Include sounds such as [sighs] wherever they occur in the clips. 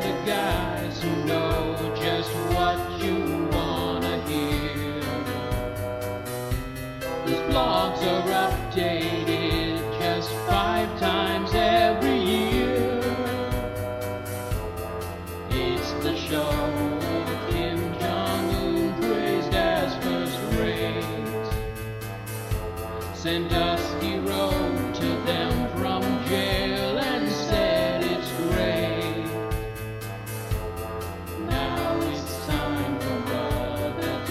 the guys who know just what you wanna hear. These blogs are updated just five times every year. It's the show of Kim Jong Un praised as first rate. Sandusky wrote to them from jail and said it's great. Now it's time for Brother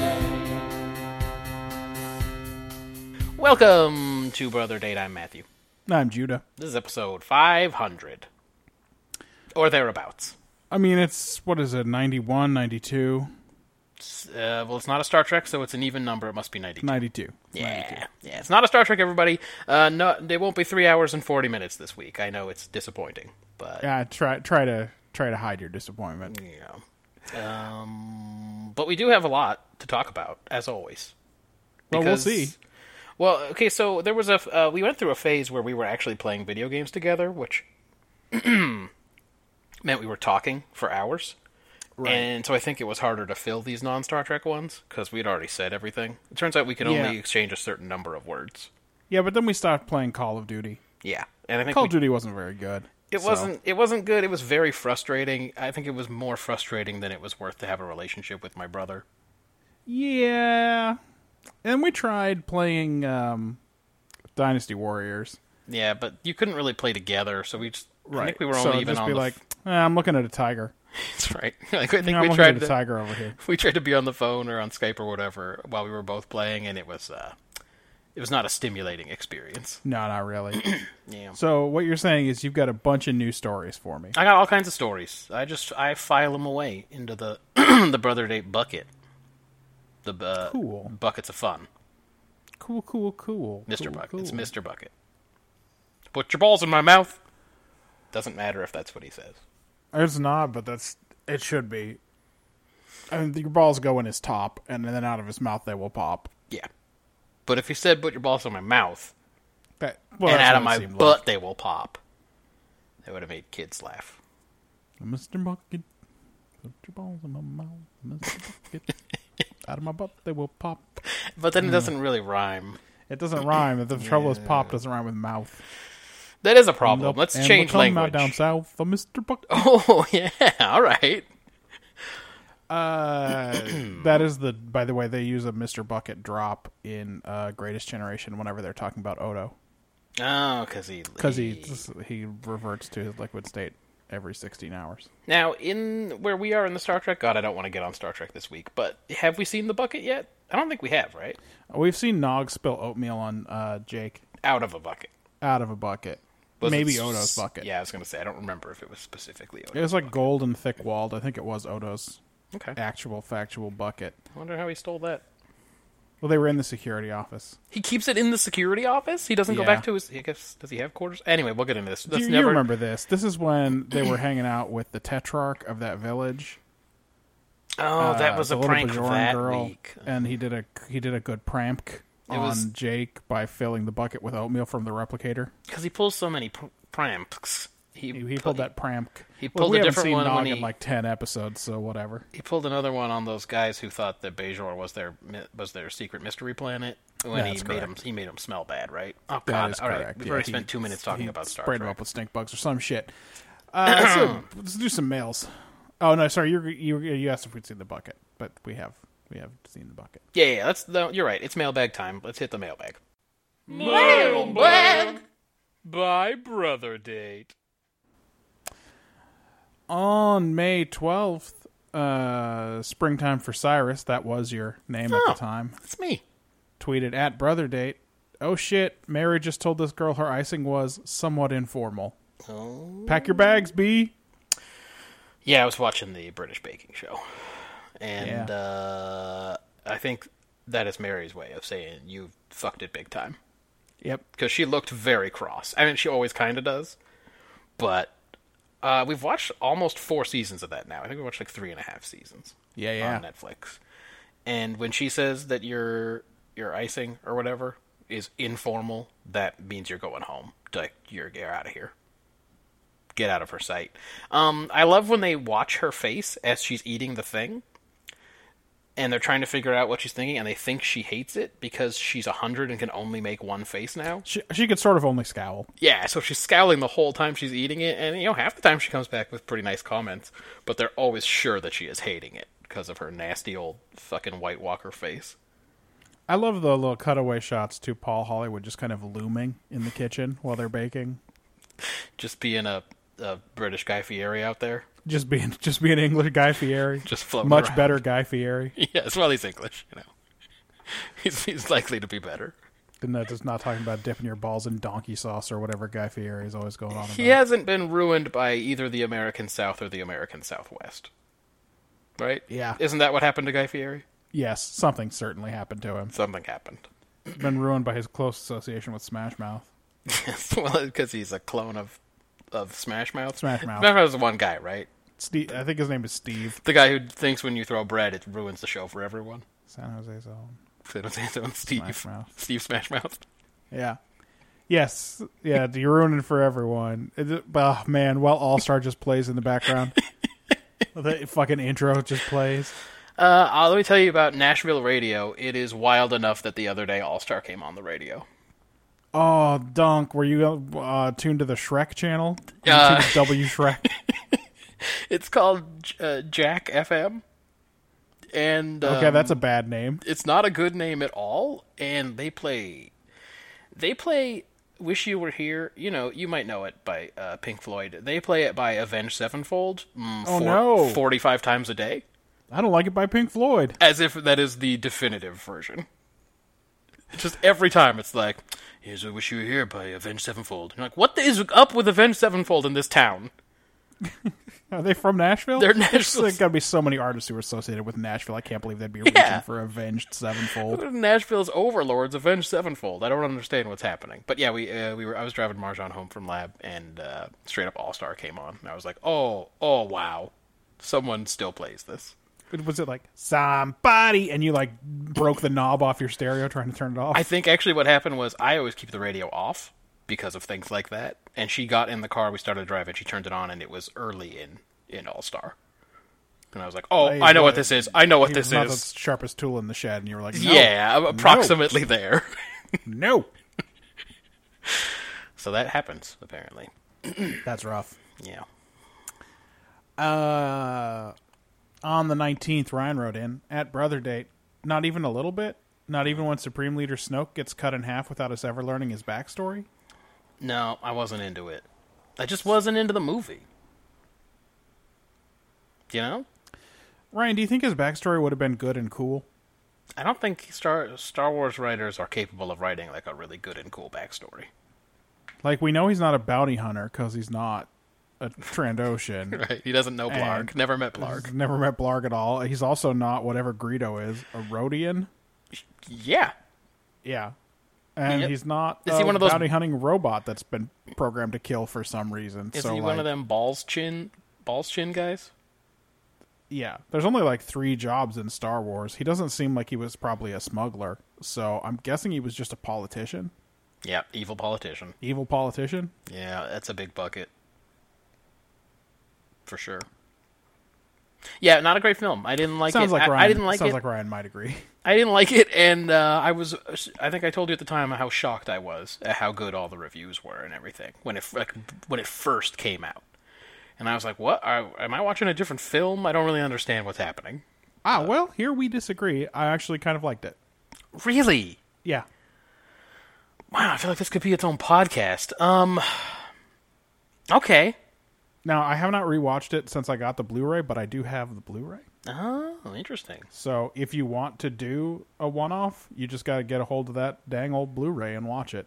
Day. Welcome to Brother Date. I'm Matthew. I'm Judah. This is episode 500 or thereabouts. I mean, it's what is it? 91, 92, It's, Uh, well, it's not a Star Trek, so it's an even number. It must be 92. 92. Yeah. yeah, it's not a Star Trek, everybody. Uh, no, they won't be three hours and 40 minutes this week. I know it's disappointing, but Yeah, try try to try to hide your disappointment. yeah. Um, but we do have a lot to talk about, as always. Well, we'll Because- see. Well, okay, so there was a f- uh, we went through a phase where we were actually playing video games together, which [clears throat] meant we were talking for hours. Right. And so I think it was harder to fill these non Star Trek ones because we'd already said everything. It turns out we can only Yeah. exchange a certain number of words. Yeah, but then we stopped playing Call of Duty. Yeah, and I think Call we- of Duty wasn't very good. it so- wasn't it wasn't good. It was very frustrating. I think it was more frustrating than it was worth to have a relationship with my brother. Yeah. And we tried playing um, Dynasty Warriors. Yeah, but you couldn't really play together, so we just I think we were so only even just on be the like, "Eh, I'm looking at a tiger. [laughs] That's right. [laughs] Like, I think I'm we looking tried at a to tiger over here. [clears throat] [laughs] we tried to be on the phone or on Skype or whatever while we were both playing, and it was uh, it was not a stimulating experience. No, not really. [clears throat] Yeah, so what you're saying is you've got a bunch of new stories for me. I got all kinds of stories. I just I file them away into the [clears throat] the brother date bucket, the uh, Cool. buckets of fun, Cool, cool, cool. Mister cool, Bucket. cool. It's Mister Bucket. Put your balls in my mouth. Doesn't matter if that's what he says. It's not, but that's it should be. And your balls go in his top, and then out of his mouth they will pop. Yeah, but if he said "put your balls in my mouth" That well, and that's out of what it my seemed butt, they will pop. That would have made kids laugh. like. Mr. Bucket, put your balls in my mouth, Mr. [laughs] Bucket. out of my butt they will pop. But Hmm. then it doesn't really rhyme. It doesn't rhyme. The trouble is, pop doesn't rhyme with mouth. That is a problem. Nope. Let's And change we're talking about language. down south, for Mr. Bucket. [laughs] Oh yeah, all right. [clears throat] Uh, that is the. By the way, they use a Mr. Bucket drop in uh, Greatest Generation whenever they're talking about Odo, Oh, because he because he he reverts to his liquid state every sixteen hours. now in where we are in the Star Trek. God, I don't want to get on Star Trek this week. But have we seen the bucket yet? I don't think we have. Right We've seen Nog spill oatmeal on uh, Jake out of a bucket. out of a bucket. Was it Maybe s- Odo's bucket. Yeah, I was gonna say I don't remember if it was specifically Odo. It was like gold and thick walled. I think it was Odo's Okay. actual factual bucket. I wonder how he stole that. Well, they were in the security office. He keeps it in the security office. He doesn't go Yeah. back to his. I guess does he have quarters? Anyway, we'll get into this. Do That's you, never you remember this? This is when they were hanging out with the tetrarch of that village. Oh, that uh, was the a little prank for Bajoran that girl, week. and he did a he did a good prank on was- Jake by filling the bucket with oatmeal from the replicator. Because he pulls so many pr- pranks. He, He, he pulled that prank. he Well, pulled we a haven't different seen one Nog when in he- like ten episodes, so whatever. He pulled another one on those guys who thought that Bejor was their mi- was their secret mystery planet. When That's he made him, correct. he made him smell bad, right? Oh That God! is All right, correct, we've yeah, already he- spent two minutes talking he about Star sprayed Trek. him up with stink bugs or some shit. Uh, so [clears throat] let's do some mails. Oh no, sorry, you were- you were- you asked if we'd seen the bucket, but we have we have seen the bucket. Yeah, yeah, that's no, you're right. It's mailbag time. Let's hit the mailbag. By brother date. On May twelfth, uh, springtime for Cyrus. That was your name Oh. at the time. That's me. tweeted at brother date oh shit mary just told this girl her icing was somewhat informal Oh. pack your bags b Yeah, I was watching the British baking show, and Yeah. uh, I think that is Mary's way of saying you fucked it big time. yep because she looked very cross. I mean, she always kind of does, but uh, we've watched almost four seasons of that now. I think we watched like three and a half seasons yeah yeah on Netflix, And when she says that your your icing or whatever is informal, that means you're going home. Like you're get out of here. Get out of her sight. Um, I love when they watch her face as she's eating the thing, and they're trying to figure out what she's thinking, and they think she hates it because she's a hundred and can only make one face now. She, she could sort of only scowl. Yeah, so she's scowling the whole time she's eating it, and you know half the time she comes back with pretty nice comments, but they're always sure that she is hating it because of her nasty old fucking White Walker face. I love the little cutaway shots to Paul Hollywood just kind of looming in the kitchen while they're baking. Just being a, a British Guy Fieri out there, [laughs] Just being [laughs] just being English Guy Fieri. just floating much around. better Guy Fieri. Yes, well he's English, you know. [laughs] He's he's likely to be better. Than that just not talking about dipping your balls in donkey sauce or whatever Guy Fieri is always going on about. He hasn't been ruined by either the American South or the American Southwest, right? Yeah. Isn't that what happened to Guy Fieri? Yes, something certainly happened to him. Something happened. [laughs] It's been ruined by his close association with Smash Mouth. well, because he's a clone of of Smash Mouth. Smash Mouth. Smash Mouth is the one guy, right? Steve, I think his name is Steve The guy who thinks when you throw bread, it ruins the show for everyone. [laughs] San Jose's own. So don't say so. Steve. Smash Mouth. Steve Smash Mouth. Yeah. Yes. Yeah. You're ruining it for everyone. Is it- Oh man. While All Star just plays in the background, the fucking intro just plays. Uh, I'll let me tell you about Nashville radio. It is wild enough that the other day All Star came on the radio. Oh, Dunk, were you uh, tuned to the Shrek channel? Were you Uh. tuned to [laughs] W Shrek. It's called uh, Jack FM, and Okay, um, that's a bad name. it's not a good name at all. And they play, they play "Wish You Were Here." You know, you might know it by uh, Pink Floyd. They play it by Avenged Sevenfold. Mm, Oh, no. forty-five times a day, I don't like it by Pink Floyd. as if that is the definitive version. Just every time, it's like, "Here's I Wish You Were Here" by Avenged Sevenfold. You're like, what is up with Avenged Sevenfold in this town? Are they from Nashville? They're Nashville. There's got to be so many artists who are associated with Nashville. I can't believe they'd be reaching Yeah. for Avenged [laughs] Sevenfold. What if Nashville's overlords avenge Sevenfold? I don't understand what's happening. But yeah, we uh, we were I was driving Marjan home from lab, and uh, straight up All Star came on, and I was like, oh oh wow, someone still plays this. Was it like somebody? And you like broke the knob off your stereo trying to turn it off? I think actually what happened was I always keep the radio off because of things like that, and she got in the car, we started driving, she turned it on, and it was early in in All Star, and I was like, oh Hey, I know what- what this is, I know what He this was not is, the sharpest tool in the shed, and you were like, no, yeah, I'm approximately there. [laughs] no, so that happens apparently. that's rough. Yeah. Uh, on the nineteenth, Ryan wrote in at brother date. Not even a little bit. Not even when Supreme Leader Snoke gets cut in half without us ever learning his backstory. No, I wasn't into it. I just wasn't into the movie. You know? Ryan, do you think his backstory would have been good and cool? I don't think Star Star Wars writers are capable of writing like a really good and cool backstory. [laughs] Like we know he's not a bounty hunter because he's not a Trandoshan. Right? He doesn't know Blarg. And- Never met [laughs] Blarg. He's Never met Blarg at all. He's also not whatever Greedo is, a Rodian. Yeah. Yeah. And Yep. he's not Is a he one of those- bounty hunting robot that's been programmed to kill for some reason. Is so he like, one of them balls chin balls chin guys? Yeah. There's only like three jobs in Star Wars. He doesn't seem like he was probably a smuggler. So I'm guessing he was just a politician. Yeah, evil politician. Evil politician. Yeah, that's a big bucket. For sure. Yeah, not a great film. I didn't like sounds it. like I, Ryan I didn't like sounds it. like Ryan might agree. [laughs] I didn't like it, and uh, I was. I think I told you at the time how shocked I was at how good all the reviews were and everything when it like when it first came out. And I was like, "What? Are, am I watching a different film? I don't really understand what's happening." Ah, well, here we disagree. I actually kind of liked it. Really? Yeah. Wow, I feel like this could be its own podcast. Um. Okay. Now I have not rewatched it since I got the Blu-ray, but I do have the Blu-ray. Oh, interesting. So if you want to do a one-off, you just got to get a hold of that dang old Blu-ray and watch it.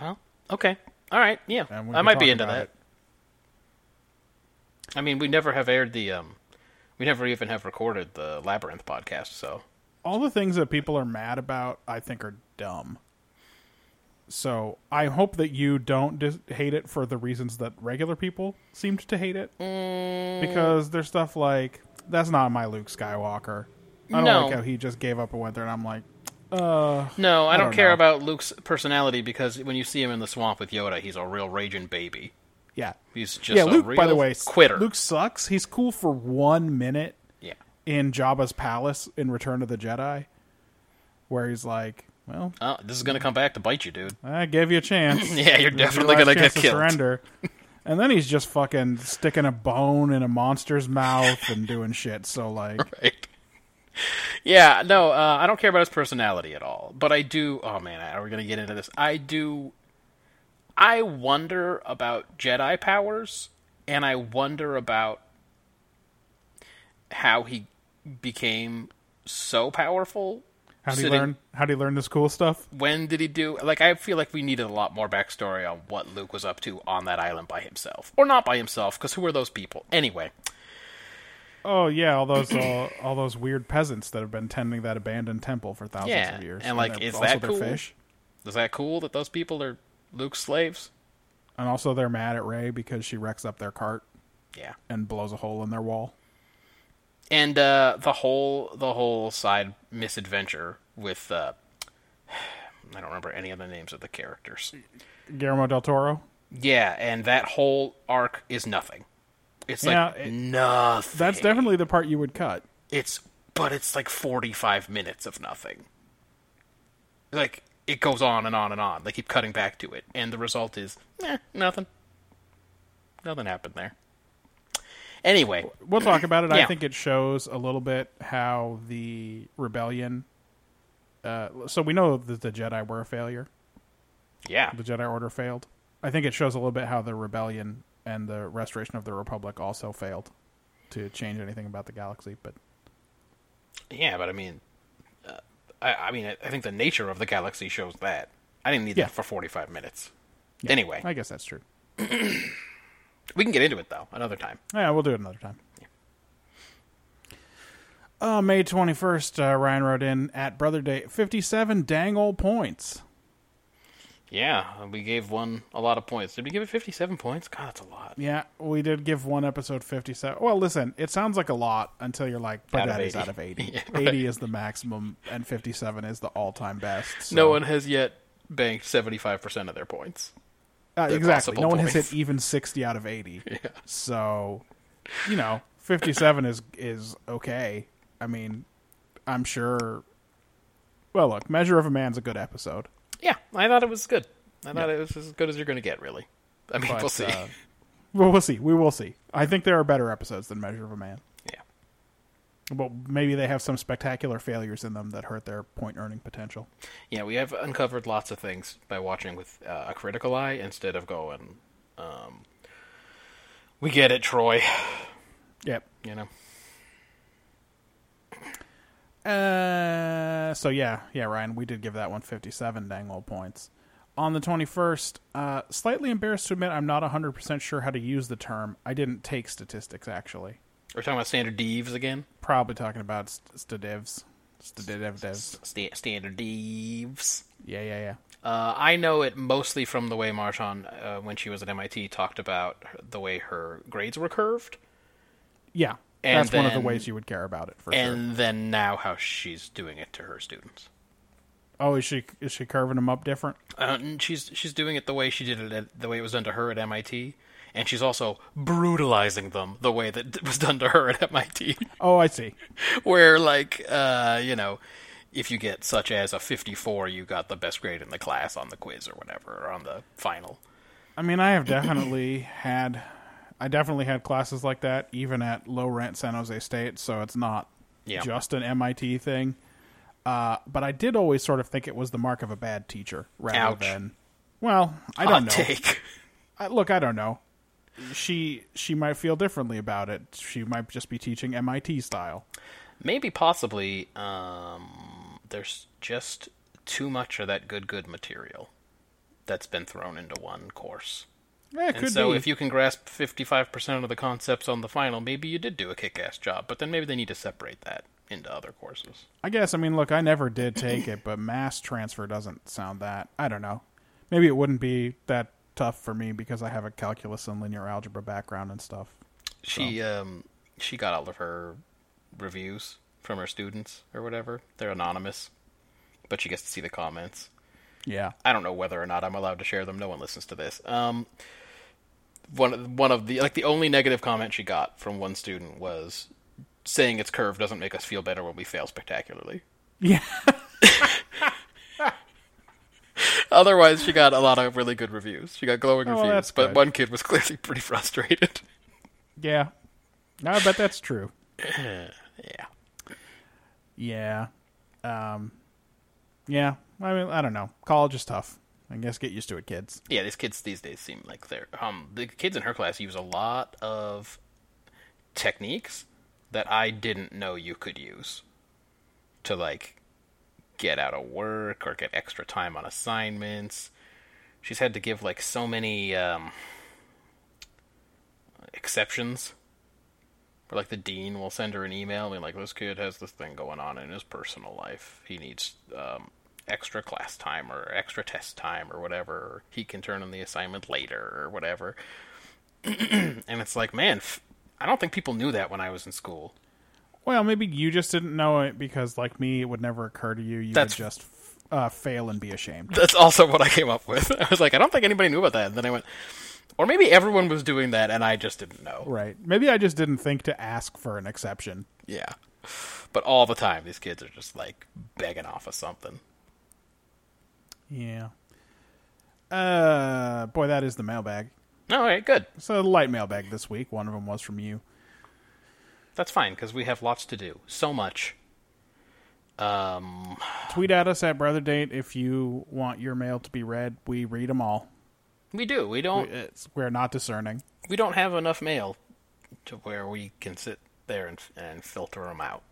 Well, okay. All right. Yeah, And we I can might be talk into about that. I mean, we never have aired the um, we never even have recorded the labyrinth podcast, so. All the things that people are mad about, I think, are dumb. So I hope that you don't dis- hate it for the reasons that regular people Mm. seemed to hate it, because there's stuff like that's not my Luke Skywalker. I don't No. like how he just gave up and went there, and I'm like, No, I, don't, don't care know. about Luke's personality because when you see him in the swamp with Yoda, he's a real raging baby. yeah, He's just yeah. a Luke, real by the way, s- quitter. Luke sucks. He's cool for one minute yeah. in Jabba's palace in Return of the Jedi, where he's like, "Well, Oh, this is gonna come back to bite you, dude. I gave you a chance. [laughs] Yeah, you're This is your definitely last gonna get chance to killed. Surrender. And then he's just fucking sticking a bone in a monster's mouth and doing shit. So [laughs] like, Right. Yeah, no, uh, I don't care about his personality at all, but I do. Oh man, are we gonna get into this? I do. I wonder about Jedi powers, and I wonder about how he became so powerful. how do you sitting- learn? How do you learn this cool stuff? When did he do? Like, I feel like we needed a lot more backstory on what Luke was up to on that island by himself, or not by himself, because who are those people anyway? Oh yeah, all [clears throat] those all, all those weird peasants that have been tending that abandoned temple for thousands Yeah, of years. and, like, they're- is also that their cool? fish? Is that cool that those people are Luke's slaves? And also they're mad at Ray because she wrecks up their cart Yeah. and blows a hole in their wall. and uh, the whole the whole side misadventure with uh, [sighs] I don't remember any of the names of the characters. Guillermo del Toro. Yeah, and that whole arc is nothing. It's Yeah, like it- nothing. That's definitely the part you would cut. it's, but it's like forty five minutes of nothing. Like it goes on and on and on. They keep cutting back to it, and the result is eh, nothing. Nothing happened there. Anyway, we'll talk about it. I Yeah. think it shows a little bit how the rebellion. Uh, so we know that the Jedi were a failure. yeah, The Jedi Order failed. I think it shows a little bit how the rebellion and the restoration of the Republic also failed to change anything about the galaxy. But Yeah, but I mean, uh, I, I mean, I I think the nature of the galaxy shows that. I didn't need Yeah. that for forty-five minutes. anyway, I guess that's true. we can get into it though another time. Yeah, we'll do it another time. Uh, May 21st, uh, Ryan wrote in at Brother Day 57 dang old points. Yeah, we gave one a lot of points. Did we give it fifty-seven points? God, that's a lot. Yeah, we did give one episode 57. Well, listen, it sounds like a lot until you're like, but Out of that is 80. out of 80. [laughs] Yeah, 80 is the maximum, and 57 is the all time best. so- No one has yet banked seventy-five percent of their points. Uh, exactly. possible No one has points. hit even 60 out [laughs] of 80. So, you know, 57 is is okay. I mean, I'm sure. Well, look, Measure of a Man's a good episode. Yeah, I thought it was good. I thought it was as good as you're going to get, really. I mean, [laughs] But, we'll see. uh, well, we'll see. We will see. I think there are better episodes than Measure of a Man. [laughs] yeah. Well, maybe they have some spectacular failures in them that hurt their point earning potential. Yeah, we have uncovered lots of things by watching with uh, a critical eye instead of going. Um, we get it, Troy. Yep. You know. Uh, so yeah, yeah, Ryan, we did give that one fifty-seven dang old points. On the twenty-first, uh, slightly embarrassed to admit, I'm not hundred percent sure how to use the term. I didn't take statistics actually. We're talking about standard divs again. Probably talking about st- stadivs, stadiv divs. Sta- standard divs. Yeah, yeah, yeah. Uh, I know it mostly from the way Marshawn, uh, when she was at MIT, talked about her- the way her grades were curved, Yeah, And that's one of the then- ways you would care about it for sure. and then now how she's doing it to her students. Oh, is she is she curving them up different? Uh, and she's she's doing it the way she did it, at, the way it was done to her at MIT, and she's also brutalizing them the way that was done to her at MIT. Oh, I see. [laughs] where like uh you know if you get such as a 54 you got the best grade in the class on the quiz or whatever or on the final I mean, I have definitely had, I definitely had classes like that, even at low rent San Jose State. So it's not Yeah. just an MIT thing. Uh, but I did always sort of think it was the mark of a bad teacher rather Ouch. than, well, I hot don't know. take [laughs] I, look, I don't know. She she might feel differently about it. She might just be teaching MIT style. maybe possibly um there's just too much of that good good material that's been thrown into one course Yeah, it and could so be. if you can grasp 55% of the concepts on the final maybe you did do a kick-ass job but then maybe they need to separate that into other courses I guess. I mean, look, I never did take it, but mass transfer doesn't sound that. I don't know. Maybe it wouldn't be that tough for me because I have a calculus and linear algebra background and stuff. She um she got all of her reviews from her students or whatever. They're anonymous, but she gets to see the comments. Yeah. I don't know whether or not I'm allowed to share them. No one listens to this. Um, one of- one of the like the only negative comment she got from one student was saying its curve doesn't make us feel better when we fail spectacularly. Yeah. [laughs] Otherwise, she got a lot of really good reviews. She got glowing well, reviews, Oh, that's but good. one kid was [laughs] clearly pretty frustrated. [laughs] Yeah. No, I bet that's true. yeah. Yeah. Um, yeah. I mean, I don't know. College is tough. I guess get used to it, kids. Yeah, these kids these days seem like they're um the kids in her class use a lot of techniques that I didn't know you could use to like get out of work or get extra time on assignments. She's had to give like so many um exceptions. Or like the dean will send her an email and like this kid has this thing going on in his personal life. He needs um, extra class time or extra test time or whatever. Or he can turn in the assignment later or whatever. [clears throat] and it's like, man, f- I don't think people knew that when I was in school. Well, maybe you just didn't know it because, like me, it would never occur to you. You That's- would just f- uh, fail and be ashamed. That's also what I came up with. [laughs] I was like, I don't think anybody knew about that. And then I went, or maybe everyone was doing that and I just didn't know. Right. Maybe I just didn't think to ask for an exception. Yeah. But all the time, these kids are just like begging off of something. Yeah. Uh, boy, that is the mailbag. All right, good. So the light mailbag this week. One of them was from you. That's fine because we have lots to do. So much. Um, Tweet at us at Brother Date if you want your mail to be read. We read them all. we do. We don't. It's, we're not discerning. we don't have enough mail to where we can sit there and and filter them out.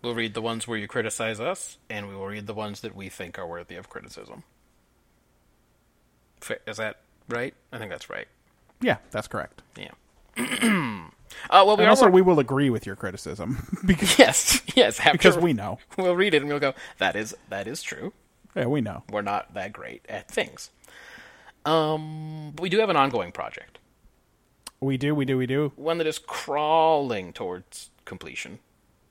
We'll read the ones where you criticize us, and we will read the ones that we think are worthy of criticism. Fa- Is that right? I think that's right. Yeah, that's correct. Yeah. [clears throat] uh, well, we And are also, wor- we will agree with your criticism [laughs] [laughs] because yes, yes. After because we know. we'll read it and we'll go. That is that is true. Yeah, we know. we're not that great at things. Um, but we do have an ongoing project, We do. We do. We do. one that is crawling towards completion.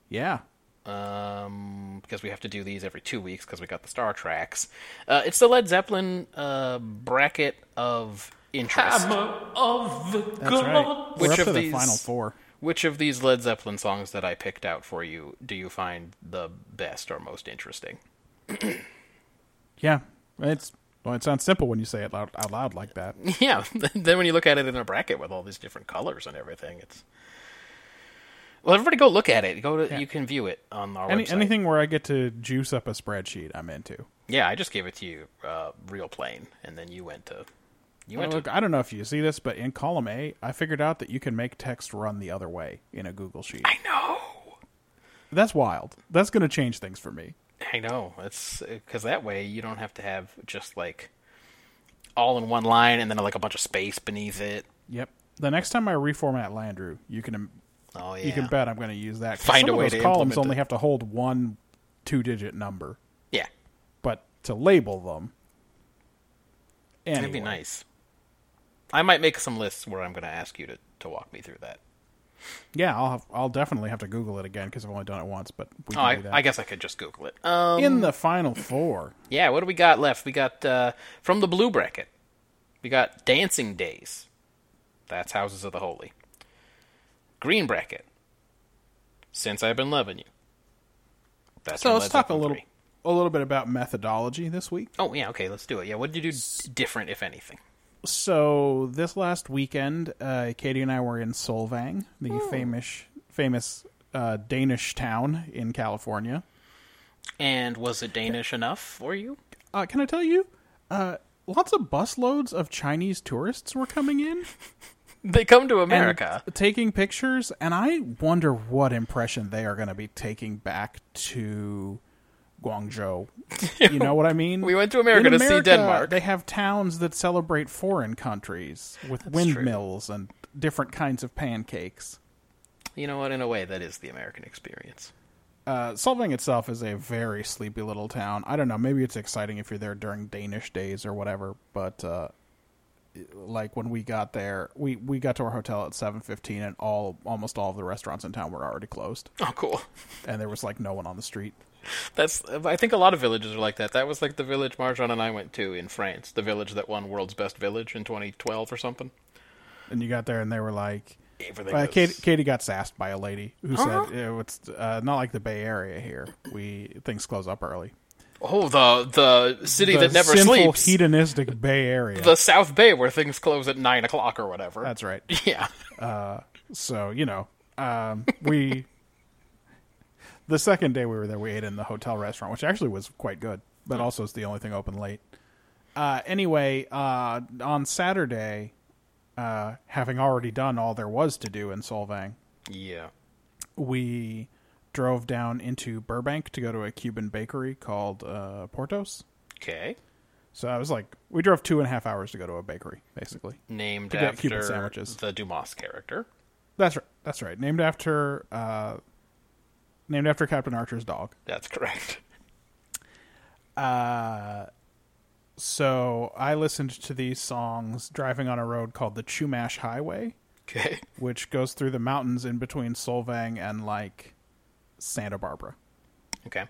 Yeah. Um, because we have to do these every two weeks because we got the Star Tracks. Uh, it's the Led Zeppelin uh, bracket of interest. of the That's right. Which We're up of to these- the final four. Which of these Led Zeppelin songs that I picked out for you do you find the best or most interesting? Yeah, it's well, it sounds simple when you say it loud, out loud like that. [laughs] Yeah. [laughs] then when you look at it in a bracket with all these different colors and everything, it's well, everybody go look at it. Go to you can view it on our Any, website. anything where I get to juice up a spreadsheet, I'm into. Yeah, I just gave it to you uh, real plain, and then you went to you went Look, to I don't know if you see this, but in column A, I figured out that you can make text run the other way in a Google sheet. I know. Oh, That's wild. That's going to change things for me. I know. It's because that way you don't have to have just like all in one line and then like a bunch of space beneath it. Yep. The next time I reformat Landrew, you can um, Oh yeah. you can bet I'm going to use that. 'Cause Find some a of way those to columns implement only it. have to hold one two-digit number, Yeah, but to label them. that'd be Anyway. nice. I might make some lists where I'm going to ask you to to walk me through that. Yeah, I'll have, I'll definitely have to Google it again because I've only done it once. But we Oh, can do I, that. I guess I could just Google it. Um, in the final four. yeah, what do we got left? We got uh, from the blue bracket. We got Dancing Days. That's Houses of the Holy. Green bracket. Since I've been loving you. That's So from let's Led talk a Zeppelin little III. a little bit about methodology this week. Oh yeah, okay, let's do it. Yeah, what did you do different, if anything? So this last weekend, uh, Katie and I were in Solvang, the famous famous uh, Danish town in California. And was it Danish enough for you? Uh, can I tell you? Uh, lots of busloads of Chinese tourists were coming in They come to and America. t- taking pictures, and I wonder what impression they are going to be taking back to [laughs] Guangzhou. You know what I mean? We went to America In to see America, Denmark. They have towns that celebrate foreign countries with windmills and different kinds of pancakes. You know what? In a way, that is the American experience. Uh, Solvang itself is a very sleepy little town. I don't know. Maybe it's exciting if you're there during Danish days or whatever, but uh, like when we got there, we we got to our hotel at seven fifteen, and all almost all of the restaurants in town were already closed, Oh, cool. and there was like no one on the street. That's. I think a lot of villages are like that. That was like the village Marjan and I went to in France, the village that won World's Best Village in 2012 or something. And you got there, and they were like, Everything. uh, was- Katie, Katie got sassed by a lady who Huh? said, "Yeah, "It's uh, not like the Bay Area here. We things close up early." Oh, the the city the that never sinful sleeps. hedonistic Bay Area. the South Bay, where things close at nine o'clock or whatever. That's right. [laughs] yeah. So you know, um, we [laughs] the second day we were there, we ate in the hotel restaurant, which actually was quite good, but also it's the only thing open late. Uh, anyway, uh, on Saturday, uh, having already done all there was to do in Solvang, Yeah. we drove down into Burbank to go to a Cuban bakery called uh, Portos. Okay. So I was like, we drove two and a half hours to go to a bakery, basically. Named To get after Cuban sandwiches. the Dumas character. That's right. That's right. Named after uh, named after Captain Archer's dog. That's correct. [laughs] So I listened to these songs driving on a road called the Chumash Highway, Okay. which goes through the mountains in between Solvang and like Santa Barbara. Okay.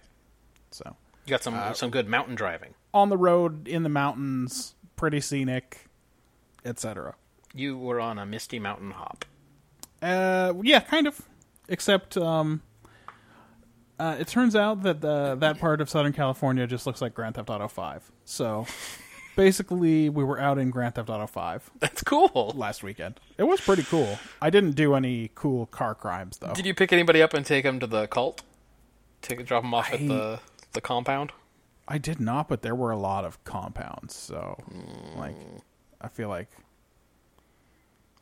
So You got Uh, some some good mountain driving. on the road in the mountains, pretty scenic, etc. You were on a misty mountain hop. [laughs] Uh, yeah, kind of. Except, um, uh, it turns out that the, that part of Southern California just looks like Grand Theft Auto Five. So, basically, we were out in Grand Theft Auto Five That's cool. last weekend. It was pretty cool. I didn't do any cool car crimes though. Did you pick anybody up and take them to the cult? Take drop them off at the the compound. I did not, but there were a lot of compounds. So, like, I feel like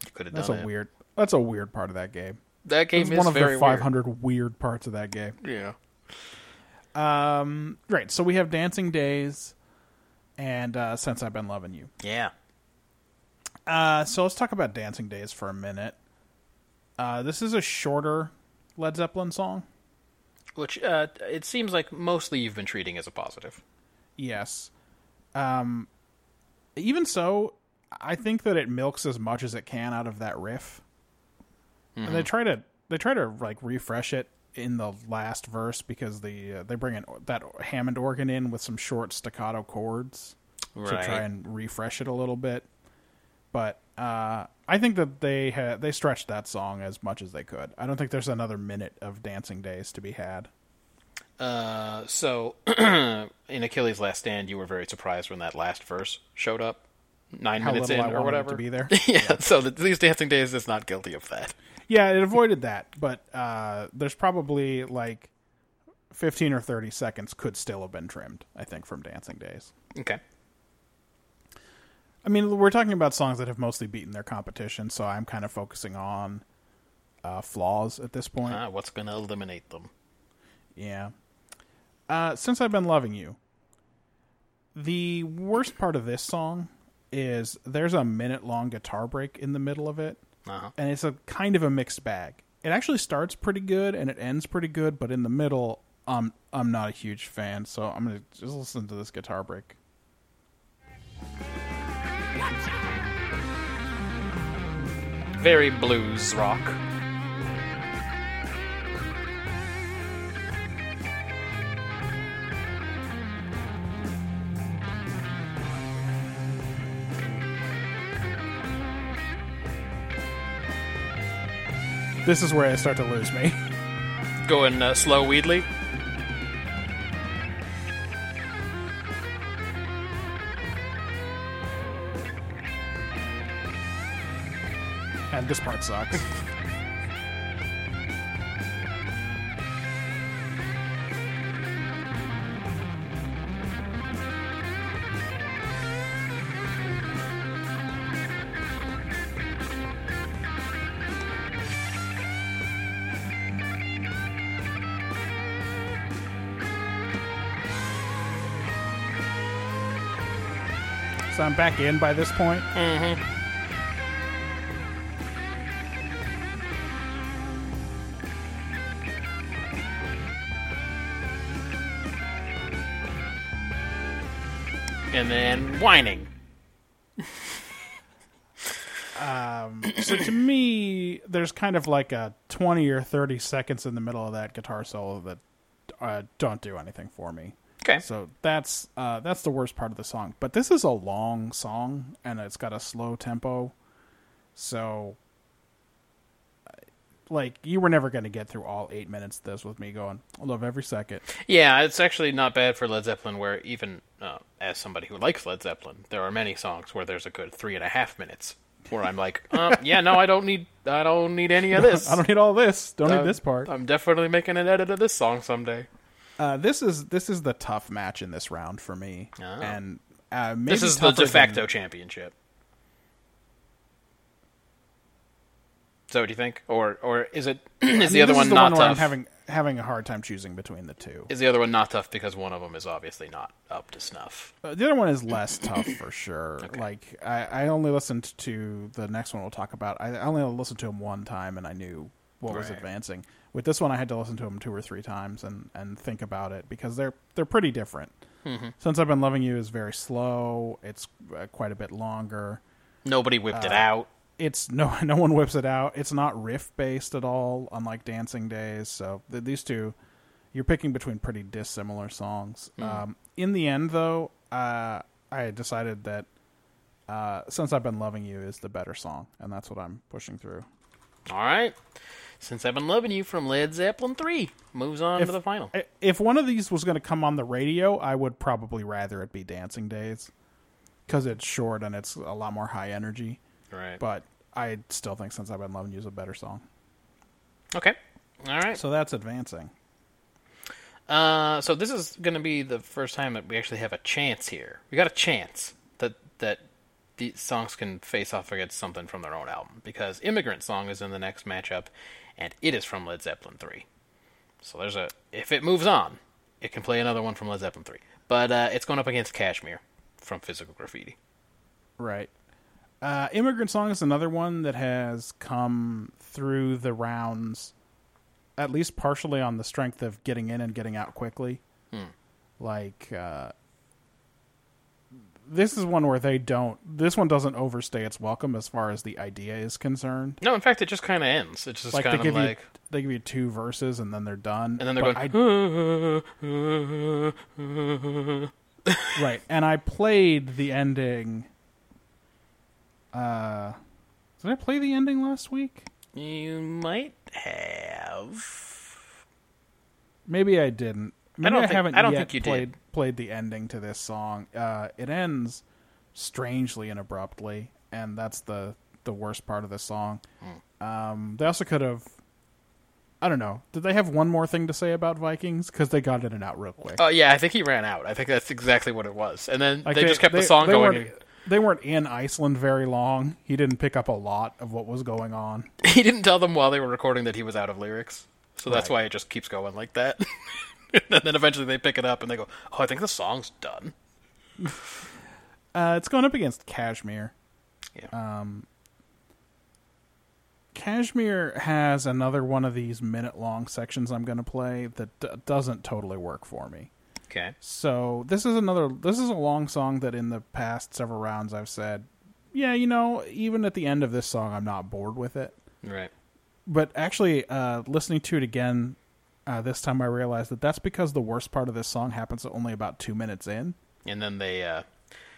You could have done that's a it. weird. That's a weird part of that game. That Oh, game It's is one of very the 500 weird parts of that game. Weird. Yeah. Um, right. So we have Dancing Days and uh, Since I've Been Loving You. Yeah. Uh, so let's talk about Dancing Days for a minute. Uh, this is a shorter Led Zeppelin song. Which uh, it seems like mostly you've been treating as a positive. Yes. Um, even so, I think that it milks as much as it can out of that riff. And Mm-hmm. they try to they try to like refresh it in the last verse because the uh, they bring in that Hammond organ in with some short staccato chords. to try and refresh it a little bit. But uh, I think that they had they stretched that song as much as they could. I don't think there's another minute of Dancing Days to be had. Uh, so, [clears throat] in Achilles' Last Stand, you were very surprised when that last verse showed up, nine How minutes in little I or wanted it whatever. to be there. [laughs] yeah, So the, these dancing days is not guilty of that. yeah, it avoided that, but uh, there's probably like 15 or 30 seconds could still have been trimmed. I think from Dancing Days. Okay. I mean, we're talking about songs that have mostly beaten their competition, so I'm kind of focusing on uh, flaws at this point. Ah, what's going to eliminate them? Yeah. Uh, since I've been loving you, the worst part of this song is there's a minute long guitar break in the middle of it, Uh-huh. and it's a kind of a mixed bag. It actually starts pretty good and it ends pretty good, but in the middle, um, I'm not a huge fan, so I'm gonna just listen to this guitar break. Very blues rock. This is where I start to lose me. [laughs] Going uh, slow, Weedley. And this part sucks. so I'm back in by this point. And then whining. so to me, there's kind of like a 20 or 30 seconds in the middle of that guitar solo that uh, don't do anything for me. Okay. So that's uh, that's the worst part of the song. But this is a long song, and it's got a slow tempo. So, uh, like, you were never going to get through all eight minutes of this with me going, I love every second. Yeah, it's actually not bad for Led Zeppelin, where even uh, as somebody who likes Led Zeppelin, there are many songs where there's a good three and a half minutes where I'm like, [laughs] uh, yeah, no, I don't need, I don't need any of this. I don't need all this. Don't I'm- need this part. I'm definitely making an edit of this song someday. Uh, this is this is the tough match in this round for me, and uh, maybe Oh. This is the tougher de facto Than, championship. So, what do you think, or or is it [clears throat] is I mean, the other this one is the not one where tough? I'm having having a hard time choosing between the two. Is the other one not tough because one of them is obviously not up to snuff? Uh, the other one [coughs] is less tough for sure. Like I, I only listened to the next one we'll talk about. I, I only listened to him one time, and I knew what was Right. advancing. With this one, I had to listen to him two or three times and, and think about it because they're they're pretty different. Mm-hmm. Since I've been loving you is very slow. It's uh, quite a bit longer. Nobody whipped Uh, it out. it's [laughs] no no one whips it out. It's not riff based at all, unlike Dancing Days. So th- these two, you're picking between pretty dissimilar songs. Hmm. Um, in the end, though, uh, I decided that uh, since I've been loving you is the better song, and that's what I'm pushing through. All right. Since I've been loving you from Led Zeppelin 3 moves on to the final. I- If one of these was going to come on the radio, I would probably rather it be Dancing Days because it's short and it's a lot more high energy. right. But I still think since I've been loving you is a better song. okay. All right. So, So that's advancing. uh, so this is going to be the first time that we actually have a chance here. We got a chance that that these songs can face off against something from their own album because Immigrant Song is in the next matchup and it is from Led Zeppelin 3. So there's a if it moves on, it can play another one from Led Zeppelin 3. But uh, it's going up against Cashmere from Physical Graffiti. Right. Uh, Immigrant Song is another one that has come through the rounds, at least partially on the strength of getting in and getting out quickly. Hmm. Like, uh, this is one where they don't, this one doesn't overstay its welcome as far as the idea is concerned. No, in fact it just kind of ends. It's just Like kind they of give like you, they give you two verses and then they're done. and then they're But going I- right and i played the ending uh did i play the ending last week You might have. maybe i didn't maybe don't think- haven't I don't yet think you played did. played the ending to this song uh it ends strangely and abruptly and that's the the worst part of the song Hmm. um they also could have i don't know did they have one more thing to say about vikings because they got in and out real quick Oh yeah, I think he ran out. I think that's exactly what it was. And then Like, they, just kept the song they going. Weren't, they weren't in Iceland very long. He didn't pick up a lot of what was going on. [laughs] He didn't tell them while they were recording that he was out of lyrics, so that's Right. why it just keeps going like that. [laughs] and then eventually they pick it up and they go, "Oh, I think the song's done." Uh, it's going up against Kashmir. Um, Yeah. Kashmir has another one of these minute long sections I'm going to play that d- doesn't totally work for me. okay. So this is another. This is a long song that in the past several rounds I've said, yeah, you know, even at the end of this song, I'm not bored with it. Right. but actually uh, listening to it again uh, this time i realized that that's because the worst part of this song happens only about two minutes in And then they. Uh,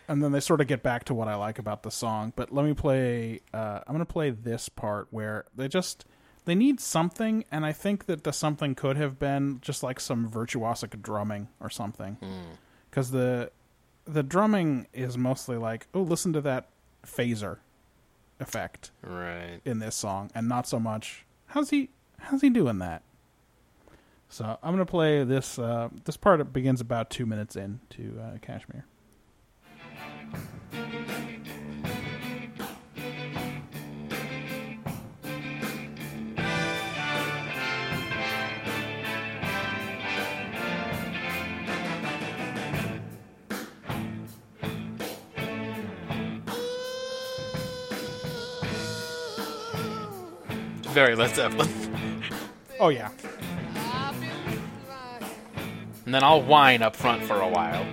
and then they sort of get back to what i like about the song but let me play uh, i'm going to play this part where they just they need something and i think that the something could have been just like some virtuosic drumming or something because the the drumming is mostly like oh listen to that phaser effect right. in this song and not so much how's he how's he doing that so i'm gonna play this uh this part it begins about two minutes in to uh kashmir Very Led Zeppelin. oh yeah and then I'll whine up front for a while.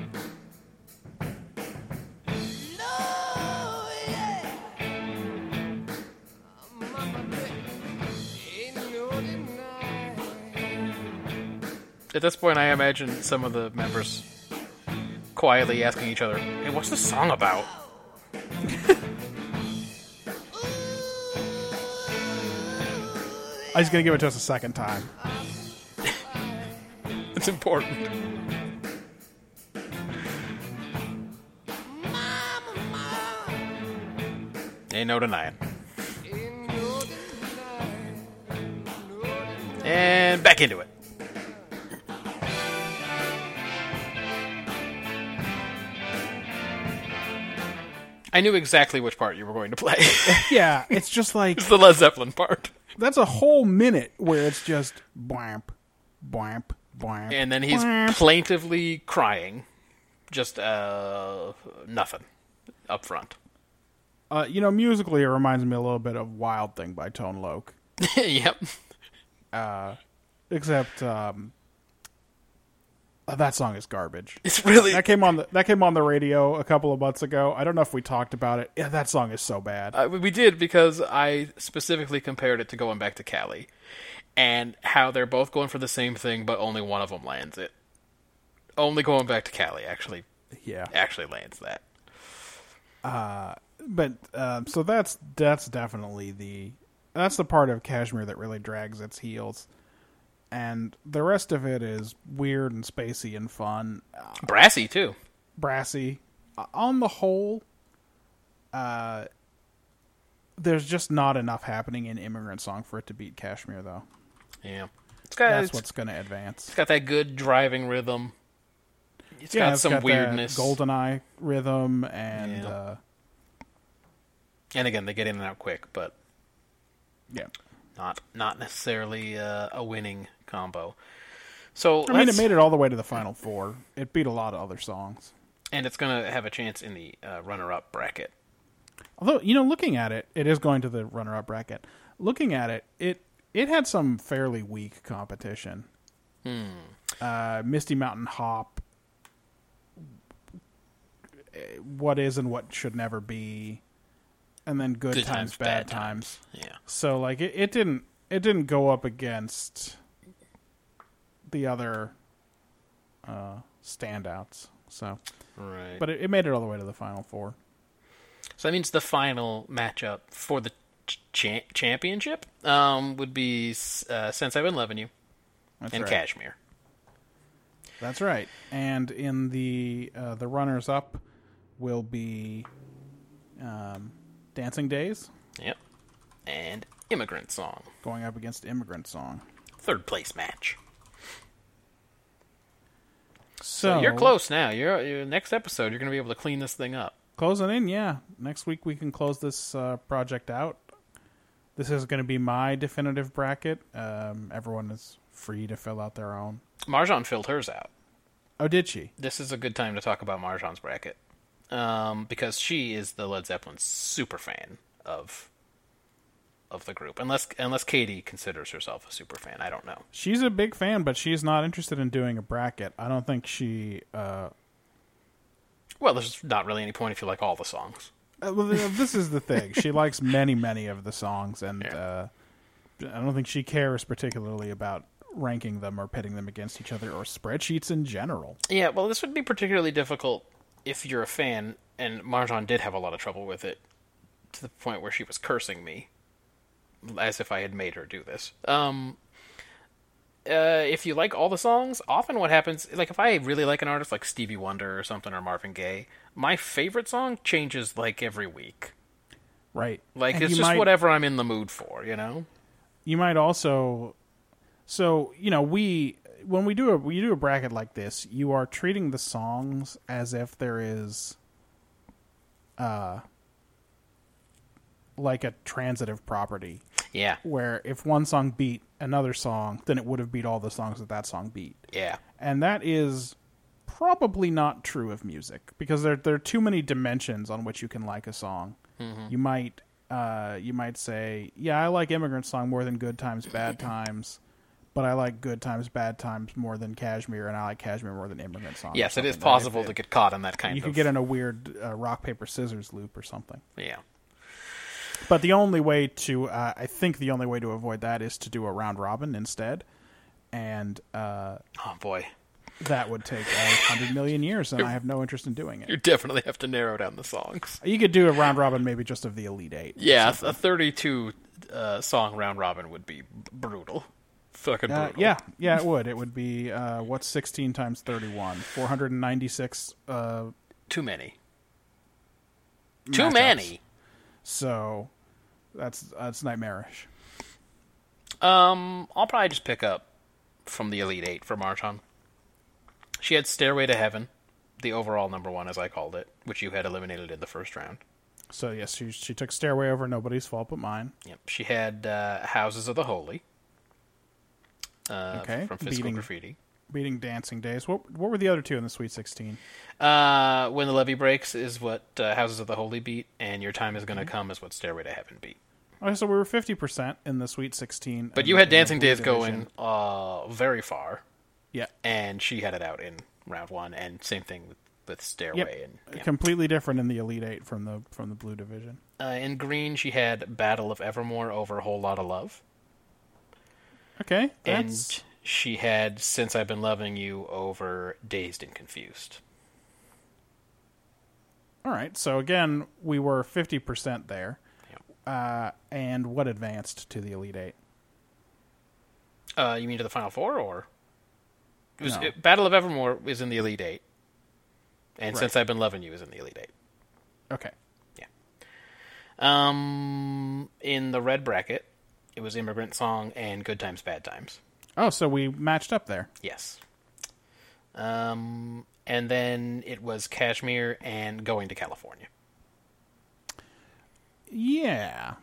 At this point, I imagine some of the members quietly asking each other, "Hey, what's this song about?" [laughs] I was gonna give it to us a second time. It's important. Ain't no denying. And back into it. I knew exactly which part you were going to play. [laughs] it's Yeah, it's just like the Led Zeppelin part. that's a whole minute where it's just blamp, blamp, blamp, And then he's plaintively crying. Just uh nothing up front. [laughs] Uh, you know, musically, it reminds me a little bit of Wild Thing by Tone Loc, yep. except um, uh, that song is garbage. It's really That came on the that came on the radio a couple of months ago. I don't know if we talked about it. Yeah, that song is so bad. Uh, we did because I specifically compared it to going back to Cali, and how they're both going for the same thing, but only one of them lands it. Only going back to Cali actually yeah, actually lands that. but um, so that's that's definitely the that's the part of Kashmir that really drags its heels, and the rest of it is weird and spacey and fun, uh, Brassy too. brassy. Uh, On the whole, uh, there's just not enough happening in Immigrant Song for it to beat Kashmir, though. Yeah, it's got That's it's, what's going to advance. it's got that good driving rhythm. It's got it's some got that weirdness. Goldeneye rhythm and Yeah. uh, And again, they get in and out quick, but yeah. not not necessarily uh, a winning combo. So I mean, it let's- made it all the way to the final four. It beat a lot of other songs. and it's gonna have a chance in the uh, runner-up bracket. Although, you know, looking at it, it is going to the runner-up bracket. Looking at it, it it had some fairly weak competition. Hmm. Uh, Misty Mountain Hop, eh, what is and what should never be, and then good, Good times, bad, times. Yeah. So, like, it, it didn't it didn't go up against the other uh, standouts. So, Right. but it, it made it all the way to the final four. So that means the final matchup for the ch- cha- championship um, would be uh, Since I've Been Loving You That's and right. Kashmir. That's right. And in the uh, the runners up will be um, Dancing Days Yep. And Immigrant Song. going up against Immigrant Song. Third place match. So, You're close now. You're, you next episode. You're going to be able to clean this thing up. Closing in, yeah. Next week we can close this uh, project out. This is going to be my definitive bracket. Um, everyone is free to fill out their own. Marjan filled hers out. Oh, did she? This is a good time to talk about Marjan's bracket um, because she is the Led Zeppelin super fan of of the group. Unless unless Katie considers herself a super fan, I don't know. She's a big fan, but she's not interested in doing a bracket. I don't think she uh, Well, there's not really any point if you like all the songs. Uh, well, th- this is the thing. She likes many, many of the songs, and Yeah. uh, I don't think she cares particularly about ranking them or pitting them against each other or spreadsheets in general. Yeah, well, this would be particularly difficult if you're a fan, and Marjan did have a lot of trouble with it to the point where she was cursing me as if I had made her do this. Um, uh, if you like all the songs, often what happens, like if I really like an artist like Stevie Wonder or something or Marvin Gaye, my favorite song changes like every week. Right. Like And it's you just might- whatever I'm in the mood for, you know? you might also so you know we when we do a we do a bracket like this you are treating the songs as if there is uh like a transitive property Yeah, where if one song beat another song then it would have beat all the songs that that song beat yeah, and that is probably not true of music because there there are too many dimensions on which you can like a song. Mm-hmm. You might uh, you might say, yeah, I like Immigrant Song more than Good Times [coughs] Bad Times, but I like Good Times Bad Times more than Cashmere, and I like Cashmere more than Immigrant Song. or yes, it is something. Like, possible to get caught in that kind You of. could get in a weird uh, rock paper scissors loop or something. yeah, But the only way to, uh, I think the only way to avoid that is to do a round robin instead. and uh, Oh boy, that would take a hundred million years, and I have no interest in doing you it. definitely have to narrow down the songs. You could do a round robin, maybe just of the elite eight. Yeah, a- a 32 uh, song round robin would be b- brutal. Fucking Uh, brutal. yeah, yeah, it would. It would be uh, what's sixteen times thirty-one? Four hundred and ninety-six. Uh, Too many. Too Matchups. many. so that's that's nightmarish. Um, I'll probably just pick up from the Elite Eight for Marshawn. She had Stairway to Heaven, the overall number one, as I called it, which you had eliminated in the first round. So yes, she she took stairway over nobody's fault but mine. Yep. She had uh, Houses of the Holy. Uh, Okay, From Physical beating- Graffiti. Beating Dancing Days. What what were the other two in the Sweet Sixteen? Uh, when the Levee Breaks is what uh, Houses of the Holy beat, and Your Time is Mm-hmm. Gonna Come is what Stairway to Heaven beat. Okay, so we were fifty percent in the Sweet Sixteen. But and- you had and the Dancing Blue Days Mm, Division. going uh, very far, Yeah. and she had it out in round one, and same thing with, with Yep. Stairway. And, yeah. Completely different in the Elite Eight from the from the Blue Division. Uh, in green, she had Battle of Evermore over Whole Lot of Love. Okay. That's And she had Since I've Been Loving You over Dazed and Confused. all right. So again, we were fifty percent there. Uh, and what advanced to the Elite Eight? Uh, you mean to the Final Four, or? It was, No. it- Battle of Evermore is in the Elite Eight. And Right. Since I've Been Loving You is in the Elite Eight. Okay. Um, in the red bracket, it was Immigrant Song and Good Times, Bad Times. Oh, so we matched up there. Yes. Um, and then it was Kashmir and Going to California. Yeah.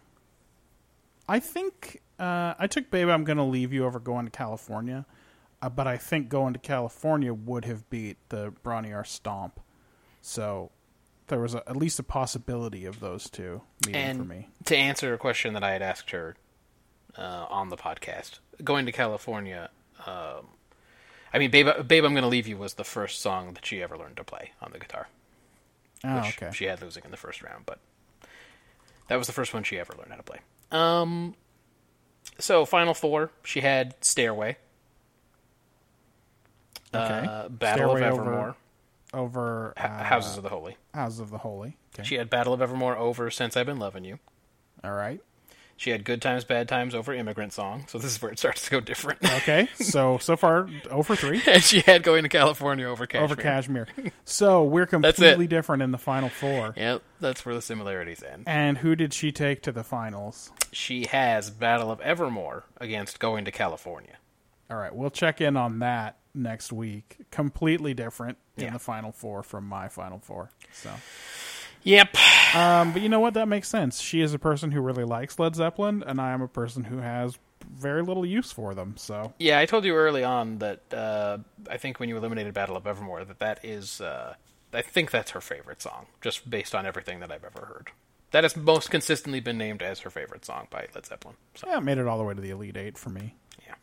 I think uh, I took Babe I'm Gonna Leave You over going to California, uh, but I think going to California would have beat the Bronny R. Stomp. So there was a, at least a possibility of those two meeting and for me. to answer a question that I had asked her uh, on the podcast, going to California. Um, I mean, babe, babe, I'm gonna leave you was the first song that she ever learned to play on the guitar, Oh, which uh, okay. she had losing in the first round, but that was the first one she ever learned how to play. Um, so final four, she had Stairway, okay. uh, Battle Stairway of over- Evermore, Over, H- uh, Houses of the Holy. Houses of the Holy. Okay. She had Battle of Evermore over Since I've Been Loving You. All right. She had Good Times, Bad Times over Immigrant Song. So this is where it starts to go different. Okay. so so far, 0 for three [laughs] and she had going to California over Kashmir. over Kashmir. So we're it. completely different in the final four. Yep, that's where the similarities end. And who did she take to the finals? She has Battle of Evermore against going to California. All right, we'll check in on that next week. Completely different in Yeah. the final four from my final four. So, Yep. um, but you know what? That makes sense. She is a person who really likes Led Zeppelin, and I am a person who has very little use for them. So, Yeah, I told you early on that uh, I think when you eliminated Battle of Evermore that that is uh, I think that's her favorite song, just based on everything that I've ever heard. That has most consistently been named as her favorite song by Led Zeppelin. So yeah, it made it all the way to the elite eight for me. yeah.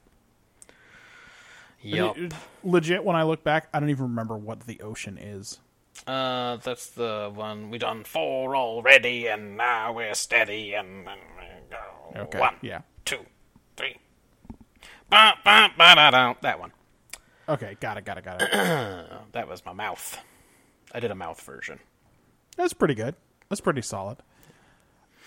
Yep. It- it- legit, when I look back, I don't even remember what the ocean is. Uh, that's the one we done four already, and now we're steady, and then we go Okay, one, yeah. two, three. Ba, ba, ba, da, da. That one. Okay, got it, got it, got it. That was my mouth. I did a mouth version. That's pretty good. That's pretty solid.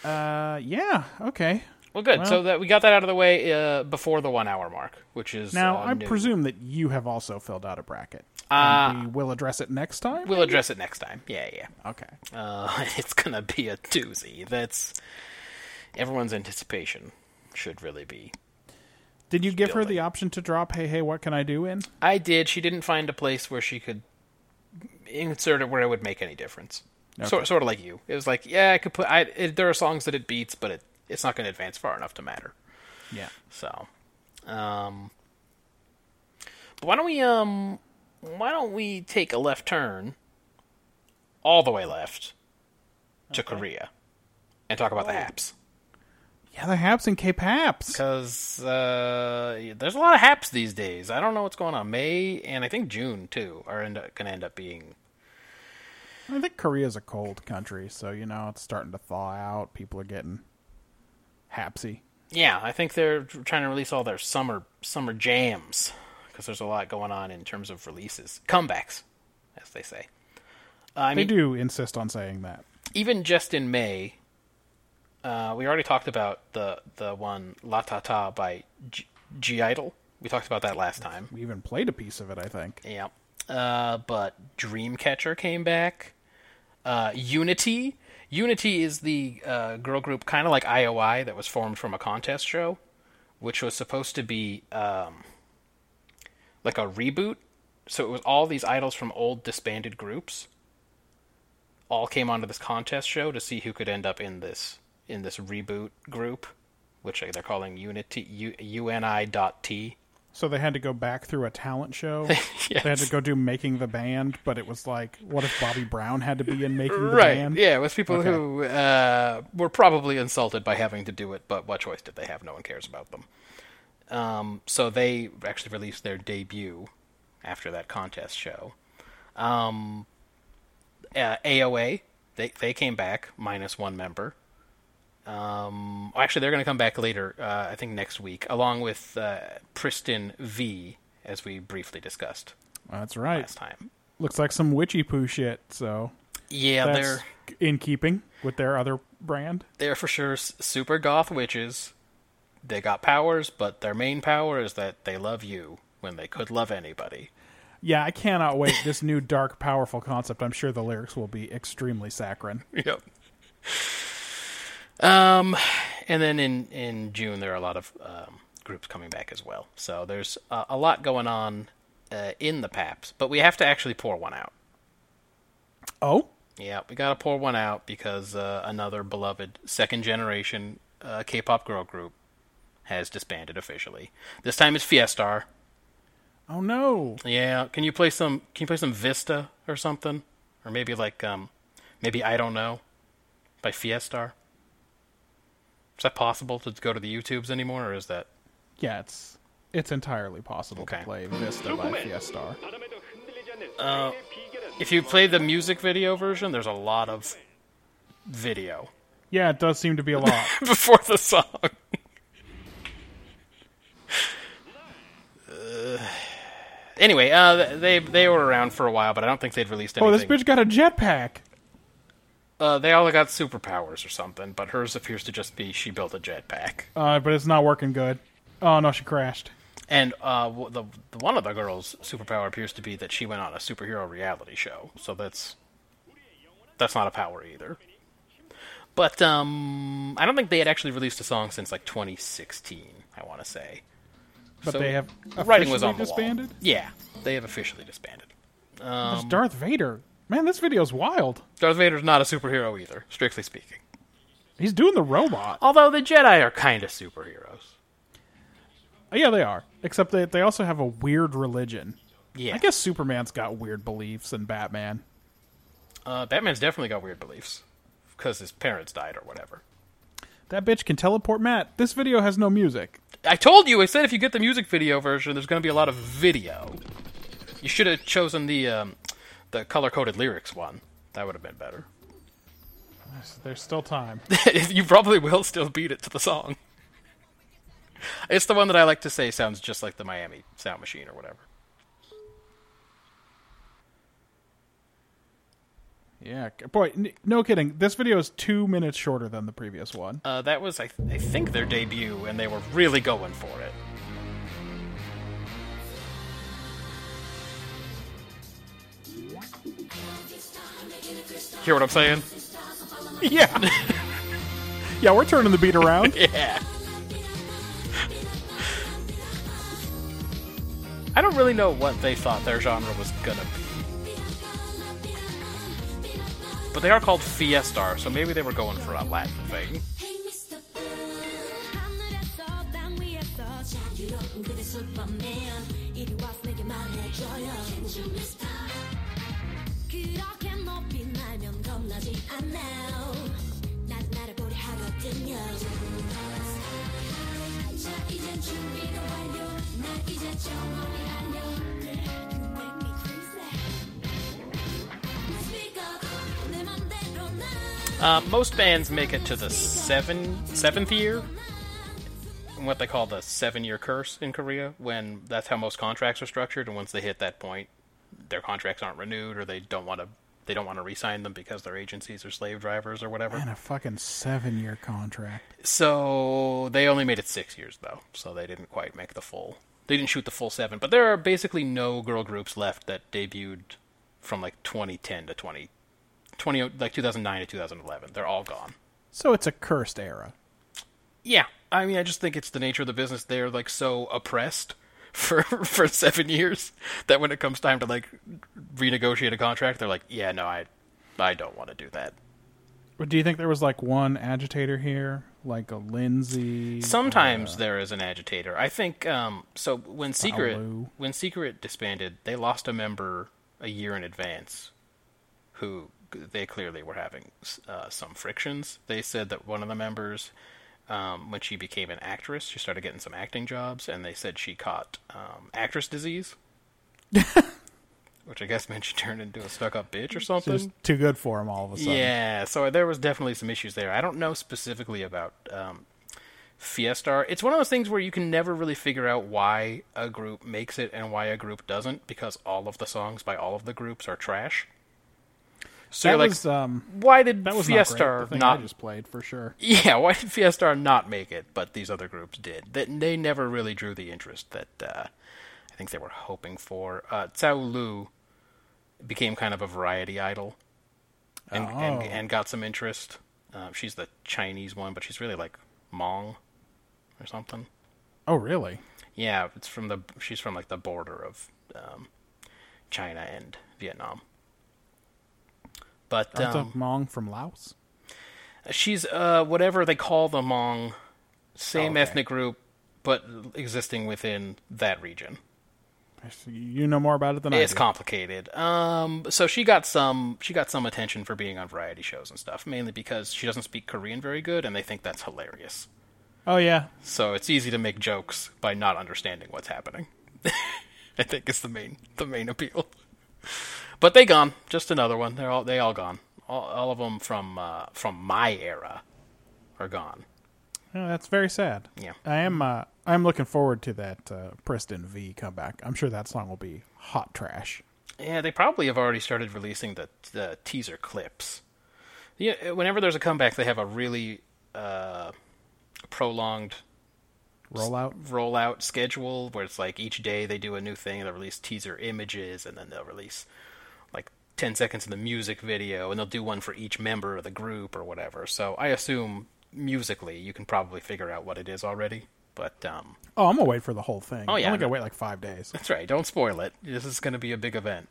Uh, yeah. Okay. Well, good. so that we got that out of the way uh, before the one-hour mark, which is Now, uh, I new. presume that you have also filled out a bracket. Uh, and we will address it next time. we'll address it next time. Yeah, yeah. okay. Uh, [laughs] it's gonna be a doozy. That's everyone's anticipation should really be Did you give her building. the option to drop "Hey, hey, what can I do?" in? I did. She didn't find a place where she could insert it where it would make any difference. Sort sort of like you. It was like, yeah, I could put. I it, there are songs that it beats, but it it's not going to advance far enough to matter. Yeah. So, um, but why don't we um why don't we take a left turn, all the way left, to Korea, and talk about the haps Yeah, the Haps and K-Paps. because uh, there's a lot of haps these days. I don't know what's going on. May and I think June too are end up, gonna end up being I think Korea's a cold country, so you know it's starting to thaw out. People are getting hapsy. Yeah, I think they're tr- trying to release all their summer summer jams because there's a lot going on in terms of releases, comebacks, as they say. Uh, I They mean, do insist on saying that. even just in May, uh, we already talked about the the one La Ta Ta by G, G Idol. We talked about that last time. We even played a piece of it, I think. Yeah. Uh, but Dreamcatcher came back. Uh, Unity. Unity is the uh, girl group kind of like IOI that was formed from a contest show, which was supposed to be um, like a reboot. So it was all these idols from old disbanded groups. All came onto this contest show to see who could end up in this in this reboot group, which they're calling Unity U, UNI dot T. [laughs] So they had to go back through a talent show. Yes. They had to go do making the band, but it was like, what if Bobby Brown had to be in making the right. band? Yeah, it was people who uh, were probably insulted by having to do it, but what choice did they have? No one cares about them. Um, so they actually released their debut after that contest show. Um, uh, AOA, they they came back minus one member. Um, actually, they're going to come back later. Uh, I think next week, along with uh, Pristin V, as we briefly discussed That's right. last time. Looks like some witchy poo shit. So Yeah, that's they're in keeping with their other brand. they're for sure s- super goth witches. They got powers, but their main power is that they love you when they could love anybody. Yeah, I cannot wait. this new dark, powerful concept. I'm sure the lyrics will be extremely saccharine. Yep. Um, and then in in June there are a lot of um, groups coming back as well. So there's uh, a lot going on uh, in the Paps, but we have to actually pour one out. Oh, Yeah, we gotta pour one out because uh, another beloved second generation uh, K-pop girl group has disbanded officially. This time it's Fiestar. oh no. Yeah, can you play some? Can you play some Vista or something, or maybe like um, maybe I don't know, by Fiestar. Is that possible to go to the YouTubes anymore, or is that Yeah, it's it's entirely possible Okay. to play Vista by Fiestar. Uh, if you play the music video version? There's a lot of video [laughs] Yeah, it does seem to be a lot. before the song. [sighs] Uh, Anyway, uh, they they were around for a while, but I don't think they'd released anything. oh, this bitch got a jetpack. Uh, they all got superpowers or something, but hers appears to just be she built a jetpack. Uh, but it's not working good. Oh no, she crashed. And uh, w- the, the one of the girls' superpower appears to be that she went on a superhero reality show. So that's that's not a power either. But um, I don't think they had actually released a song since like 2016. I want to say. But So they have writing was officially on the disbanded. wall. Yeah, they have officially disbanded. There's Um, Darth Vader. Man, this video's wild. Darth Vader's not a superhero either, strictly speaking. He's doing the robot. Although the Jedi are kind of superheroes. Yeah, they are. Except they they also have a weird religion. Yeah, I guess Superman's got weird beliefs and Batman. Uh, Batman's definitely got weird beliefs because his parents died or whatever. That bitch can teleport Matt. This video has no music. I told you. I said if you get the music video version, there's going to be a lot of video. You should have chosen the um, the color coded lyrics one. That would have been better. [laughs] There's still time. you probably will still beat it to the song. It's the one that I like to say sounds just like the Miami Sound Machine or whatever. [laughs] yeah, c- boy, n- no kidding. This video is two minutes shorter than the previous one. Uh, that was, I, I think, their debut, and they were really going for it. Hear what I'm saying? yeah, yeah, we're turning the beat around. [laughs] Yeah. I don't really know what they thought their genre was gonna be. But they are called Fiestar, so maybe they were going for a Latin thing. Hey, Mr. Blue. 하늘에서 땅 위에서 자유로운 그대 슈퍼맨. 이리 와서 내게 말해줘요. Can you be star? 그렇게 높이 날면 겁나지 않아요. 난 날아보려 하거든요. 자, 이젠 준비가 완료. 난 이제 정원이 알려. 그래, you make me crazy. Speak up. 내 맘대로 난 Uh, most bands make it to the seven, seventh year, what they call the seven-year curse in Korea, when that's how most contracts are structured, and once they hit that point, their contracts aren't renewed, or they don't want to they don't want to re-sign them because their agencies are slave drivers or whatever. And a fucking seven year contract. So they only made it six years though, so they didn't quite make the full. They didn't shoot the full seven, but there are basically no girl groups left that debuted from like 2010 to 20, 20 like 2009 to 2011. They're all gone. So it's a cursed era. Yeah, I mean, I just think it's the nature of the business. They're like so oppressed [laughs] for for seven years that when it comes time to like renegotiate a contract, they're like, yeah, no, I, I don't want to do that. But do you think there was like one agitator here, like a Lindsay? Sometimes there is an agitator. I think um, so. When Secret Baloo. when Secret disbanded, they lost a member a year in advance, who they clearly were having uh, some frictions. They said that one of the members, um, when she became an actress, she started getting some acting jobs, and they said she caught um, actress disease, which I guess meant she turned into a stuck up bitch or something. Just too good for him all of a sudden. Yeah, so there was definitely some issues there. I don't know specifically about um, Fiestar. It's one of those things where you can never really figure out why a group makes it and why a group doesn't, because all of the songs by all of the groups are trash. So that you're like, was um, why did that was not, great, the Fiestar thing not? I just played for sure. Yeah, [laughs] why did Fiestar not make it, but these other groups did? That they never really drew the interest that uh, I think they were hoping for. Uh, Cao Lu became kind of a variety idol and and, Oh. and got some interest. Uh, she's the Chinese one, but she's really like Mong or something. Oh really? Yeah, it's from the she's from like the border of um, China and Vietnam. But That's um, a Mong from Laos. she's uh, whatever they call the Mong, same Oh, Okay. ethnic group, but existing within that region. I see- You know more about it than I. It's do. complicated. Um, so she got some she got some attention for being on variety shows and stuff, mainly because she doesn't speak Korean very good, and they think that's hilarious. oh yeah, So it's easy to make jokes by not understanding what's happening. [laughs] I think is the main the main appeal. But they gone. Just another one. They're all they all gone. All, all of them from uh, from my era are gone. Yeah, that's very sad. Yeah. I am. Uh, I am looking forward to that uh, Preston V comeback. I'm sure that song will be hot trash. Yeah, they probably have already started releasing the the teaser clips. Yeah, uh, whenever there's a comeback, they have a really uh, prolonged Rollout. rollout schedule where it's like each day they do a new thing. They'll release teaser images, and then they'll release like ten seconds of the music video, and they'll do one for each member of the group or whatever. So I assume musically, you can probably figure out what it is already. But um, Oh, I'm gonna wait for the whole thing. Oh, yeah, I'm gonna no. wait like five days. That's right. Don't spoil it. This is going to be a big event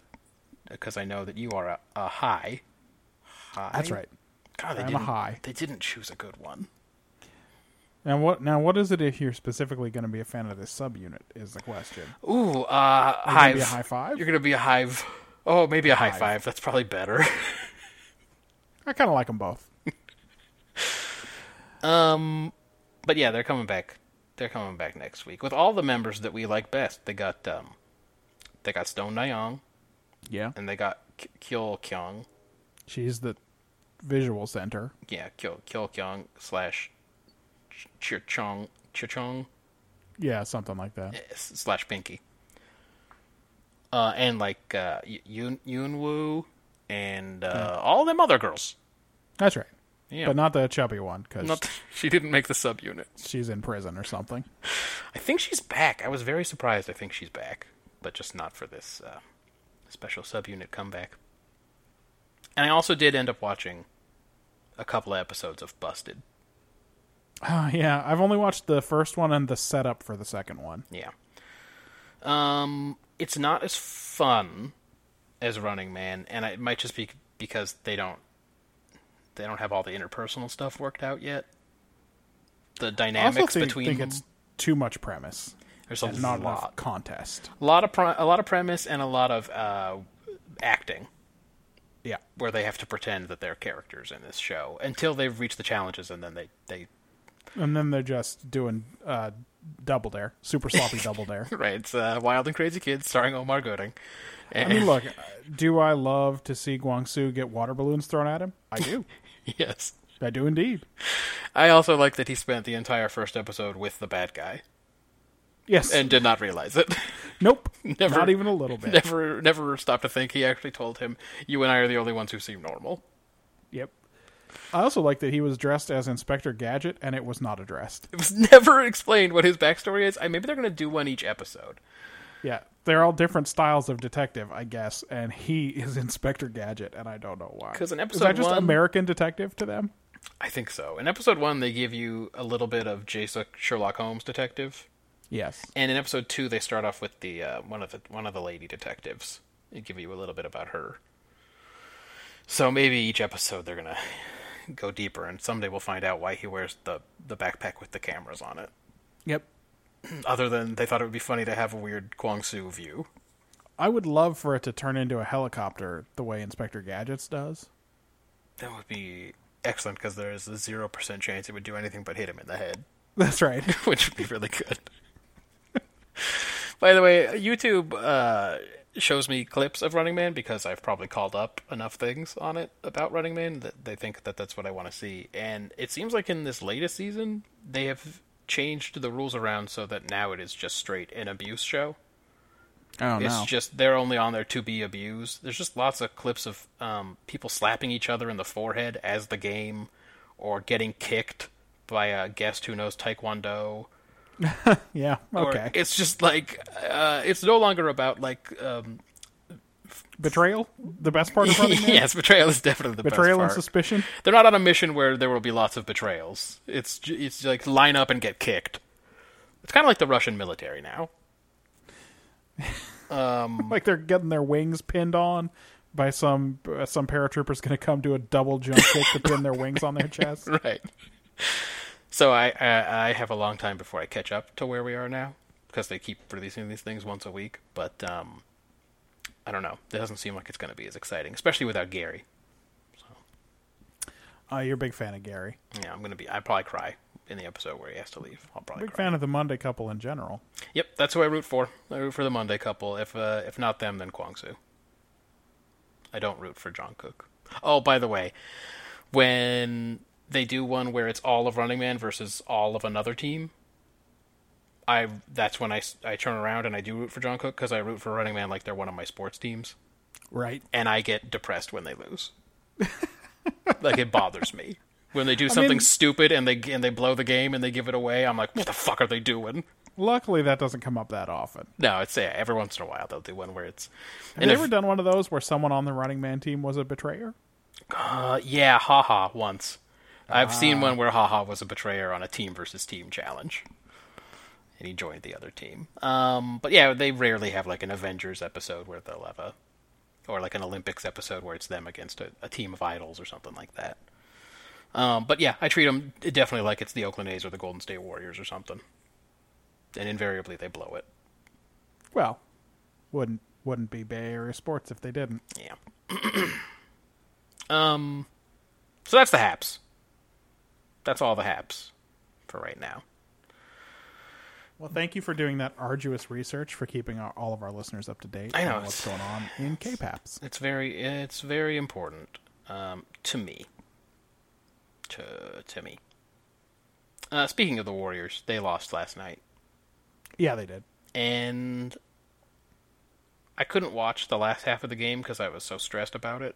because I know that you are a, a high. High. That's right. God, they I'm a didn't, high. They didn't choose a good one. Now what? Now what is it if you're specifically going to be a fan of this subunit? Is the question. Ooh, uh, gonna hive. be a high five? You're going to be a hive. Oh, maybe a high five. That's probably better. [laughs] I kind of like them both. Um, but yeah, they're coming back. They're coming back next week with all the members that we like best. They got um, they got Stone Nyong Yeah, and they got K- Kyol Kyung. she's the visual center. Yeah, Kyol Kyol Kyung slash Ch- Chir Chong Chir Chong. Yeah, something like that. s- slash Pinky. Uh, and like uh, Y- Yoon Yoonwoo and uh, Mm. all them other girls. That's right. Yeah, But not the chubby one because Not- [laughs] she didn't make the subunit. she's in prison or something. I think she's back. I was very surprised. I think she's back, but just not for this uh, special subunit comeback. And I also did end up watching a couple of episodes of Busted. Oh yeah, I've only watched the first one and the setup for the second one. Yeah. Um, it's not as fun as Running Man, and it might just be because they don't they don't have all the interpersonal stuff worked out yet. The I also dynamics think, between think them, it's too much premise there's a and not enough lot, contest. lot of pre- a lot of premise and a lot of uh, acting Yeah, where they have to pretend that they're characters in this show until they've reached the challenges, and then they they and then they're just doing uh, double dare, super sloppy double dare. right. It's uh, Wild and Crazy Kids starring Omar Gooding. [laughs] I [laughs] mean, look, do I love to see Guangsu get water balloons thrown at him? I do. yes. I do indeed. I also like that he spent the entire first episode with the bad guy Yes. and did not realize it. [laughs] nope. Never- Not even a little bit. [laughs] never, never stopped to think. He actually told him, "You and I are the only ones who seem normal." Yep. I also like that he was dressed as Inspector Gadget, and it was not addressed. It was [laughs] never explained what his backstory is. I maybe they're going to do one each episode. Yeah, they're all different styles of detective, I guess, and he is [laughs] Inspector Gadget, and I don't know why. 'Cause in is that episode just one- American detective to them? I think so. In episode one, they give you a little bit of Jason Sherlock Holmes detective, Yes. and in episode two, they start off with the uh, one of the one of the lady detectives and give you a little bit about her. So maybe each episode they're going to go deeper, and someday we'll find out why he wears the the backpack with the cameras on it. Yep. Other than they thought it would be funny to have a weird Kwang Su view. I would love for it to turn into a helicopter the way Inspector Gadget's does. [laughs] That would be excellent because there is a zero percent chance it would do anything but hit him in the head. That's right. [laughs] which would be really good. By the way, YouTube uh, shows me clips of Running Man because I've probably called up enough things on it about Running Man that they think that that's what I want to see. And it seems like in this latest season, they have changed the rules around so that now it is just straight an abuse show. Oh It's just they're only on there to be abused. There's just lots of clips of um, people slapping each other in the forehead as the game, or getting kicked by a guest who knows Taekwondo. yeah. Or Okay. It's just like uh, it's no longer about like [laughs] um, [laughs] Betrayal. The best [laughs] part of Running Man. yes, betrayal is definitely the Betrayal and best part. suspicion. They're not on a mission where there will be lots of betrayals. It's j- it's like line up and get kicked. It's kind of like the Russian military now. Mm. Like they're getting their wings pinned on by some uh, some paratrooper's going to come do a double jump kick to pin their wings on [laughs] their chest. [laughs] right. So I, I I have a long time before I catch up to where we are now because they keep releasing these things once a week. But um, I don't know. It doesn't seem like it's going to be as exciting, especially without Gary. Uh, you're a big fan of Gary. Yeah, I'm gonna be. I probably cry in the episode where he has to leave. I'll probably Big cry. fan of the Monday couple in general. Yep, that's who I root for. I root for the Monday couple. If uh, if not them, then Kwang Soo. I don't root for John Cook. Oh, by the way, when they do one where it's all of Running Man versus all of another team, I that's when I, s- I turn around and I do root for John Cook because I root for Running Man like they're one of my sports teams, Right. and I get depressed when they lose. like it bothers me when they do something mean- stupid and they and they blow the game and they give it away. I'm like, what the fuck are they doing? Luckily, that doesn't come up that often. No, it's yeah, every once in a while they'll do one where it's. Have you ever done one of those where someone on the Running Man team was a betrayer? Uh, yeah, haha, once. I've Ah. seen one where haha was a betrayer on a team versus team challenge. And he joined the other team. Um, but yeah, they rarely have like an Avengers episode where they'll have a. Or like an Olympics episode where it's them against a, a team of idols or something like that. Um, but yeah, I treat them definitely like it's the Oakland A's or the Golden State Warriors or something. And invariably they blow it. Well, wouldn't wouldn't be Bay Area sports if they didn't. Yeah. [clears throat] um. So that's the haps. That's all the haps for right now. Well, thank you for doing that arduous research for keeping our, all of our listeners up to date. I know, on what's going on in KPAPs. It's very it's very important um, to me. To to me. Uh, speaking of the Warriors, they lost last night, Yeah, they did. and I couldn't watch the last half of the game because I was so stressed about it.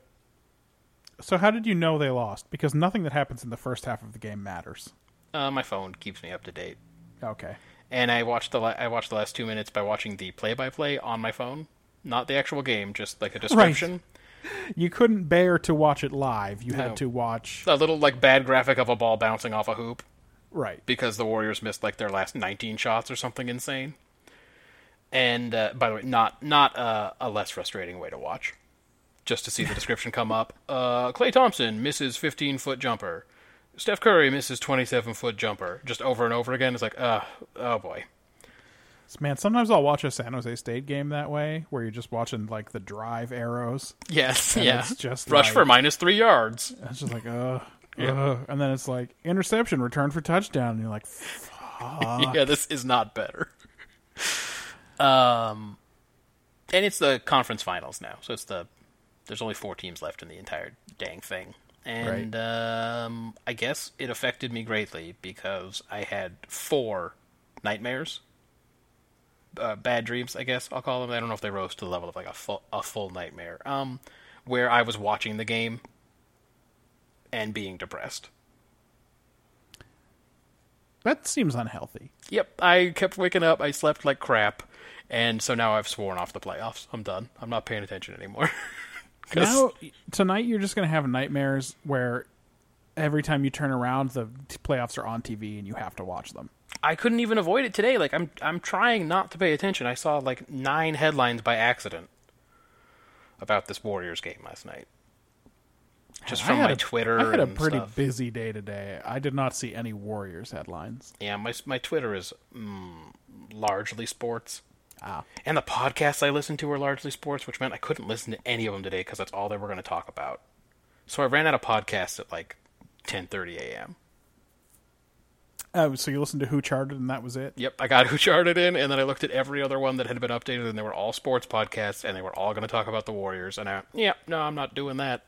So, how did you know they lost? Because nothing that happens in the first half of the game matters. Uh, my phone keeps me up to date, Okay. and I watched the la- I watched the last two minutes by watching the play by play on my phone, not the actual game, just like a description. You couldn't bear to watch it live. You No. had to watch. a little like bad graphic of a ball bouncing off a hoop Right. because the Warriors missed like their last 19 shots or something insane. And uh, by the way, not not uh, a less frustrating way to watch, just to see [laughs] the description come up. Uh, Clay Thompson misses 15 foot jumper. Steph Curry misses 27 foot jumper. Just over and over again. It's like, uh, oh boy. [laughs] Man, sometimes I'll watch a San Jose State game that way, where you're just watching, like, the drive arrows. Yes, yeah. it's just rush like- for minus three yards. And it's just like, ugh. ugh. And then it's like, interception, return for touchdown. And you're like, yeah, this is not better. [laughs] Um, and it's the conference finals now, so it's the there's only four teams left in the entire dang thing. and um, I guess it affected me greatly because I had four nightmares, uh, bad dreams. I guess I'll call them. I don't know if they rose to the level of like a full a full nightmare. Um, where I was watching the game and being depressed. That seems unhealthy. Yep, I kept waking up. I slept like crap, and so now I've sworn off the playoffs. I'm done. I'm not paying attention anymore. [laughs] 'Cause- Now tonight you're just gonna have nightmares where every time you turn around the t- playoffs are on TV and you have to watch them. I couldn't even avoid it today. Like I'm I'm trying not to pay attention. I saw like nine headlines by accident about this Warriors game last night. Just from I had my a- Twitter I had a and pretty stuff. busy day today. I did not see any Warriors headlines. Yeah, my my Twitter is mm, largely sports. Ah. And the podcasts I listen to were largely sports, which meant I couldn't listen to any of them today because that's all they were going to talk about. So I ran out of podcasts at like 10:30 a.m. Oh, so you listened to Who Charted and that was it? Yep, I got [laughs] who charted in, and then I looked at every other one that had been updated, and they were all sports podcasts, and they were all going to talk about the Warriors. And I, went, yeah, no, I'm not doing that.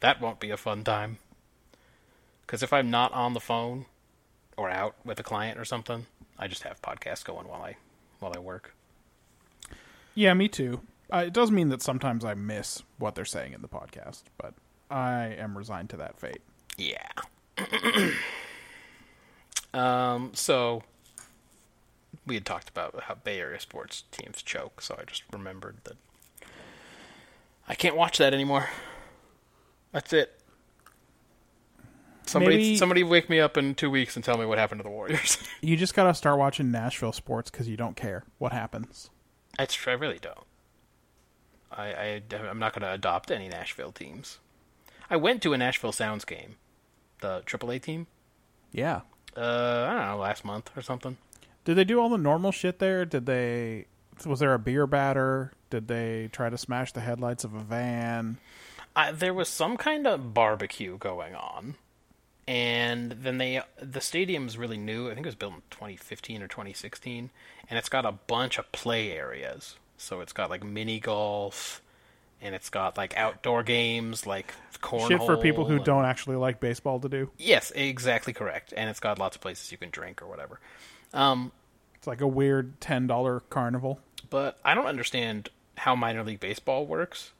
That won't be a fun time. Because if I'm not on the phone or out with a client or something, I just have podcasts going while I while I work. Yeah, me too. Uh, it does mean that sometimes I miss what they're saying in the podcast, but I am resigned to that fate. Yeah. [clears throat] um. So we had talked about how Bay Area sports teams choke, so I just remembered that I can't watch that anymore. That's it. Somebody, Maybe- somebody, wake me up in two weeks and tell me what happened to the Warriors. [laughs] You just gotta start watching Nashville sports because you don't care what happens. That's true. I really don't. I, I I'm not going to adopt any Nashville teams. I went to a Nashville Sounds game, the AAA team. Yeah. Uh, I don't know, last month or something. Did they do all the normal shit there? Did they? Was there a beer batter? Did they try to smash the headlights of a van? I, there was some kind of barbecue going on, and then they the stadium's really new. I think it was built in 2015 or 2016, and it's got a bunch of play areas. So it's got like mini golf, and it's got like outdoor games like cornhole. shit for people who and- don't actually like baseball to do. Yes, exactly correct. And it's got lots of places you can drink or whatever. Um, It's like a weird ten dollar carnival. but I don't understand how minor league baseball works.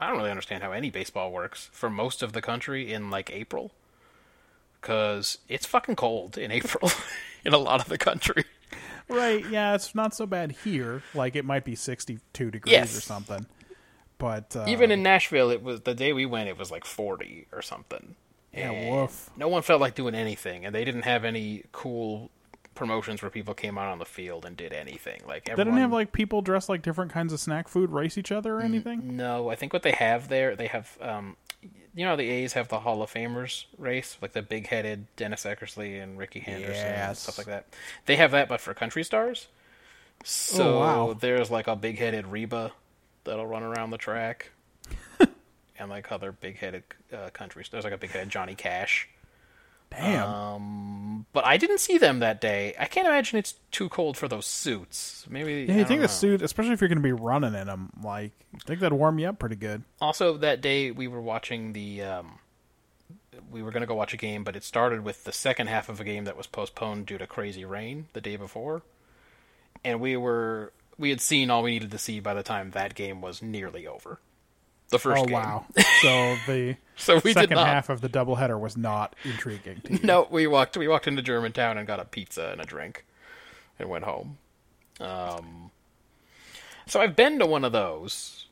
I don't really understand how any baseball works for most of the country in like April, because it's fucking cold in [laughs] April in a lot of the country. Right? Yeah, it's not so bad here. Like it might be sixty two degrees Yes. or something. But uh, Even in Nashville, it was the day we went, it was like forty or something. Yeah, And woof. No one felt like doing anything, and they didn't have any cool promotions where people came out on the field and did anything. Like they everyone, didn't have like people dressed like different kinds of snack food race each other or anything. No, I think what they have there, they have, um, you know, how the A's have the Hall of Famers race, like the big-headed Dennis Eckersley and Ricky Henderson and Yes. stuff like that. They have that, but for country stars. So Oh, wow. there's like a big-headed Reba that'll run around the [laughs] track, and like other big-headed uh, country. There's like a big-headed Johnny Cash. Damn. Um, But I didn't see them that day. I can't imagine it's too cold for those suits. Maybe yeah, I you don't think know. the suit, especially if you're going to be running in them, like I think that'd warm you up pretty good. also that day we were watching the um, we were going to go watch a game but it started with the second half of a game that was postponed due to crazy rain the day before and we were we had seen all we needed to see by the time that game was nearly over the first Oh game wow! [laughs] So the [laughs] So we did second not. half of the doubleheader was not intriguing to you. [laughs] no we walked we walked into germantown and got a pizza and a drink and went home um, so i've been to one of those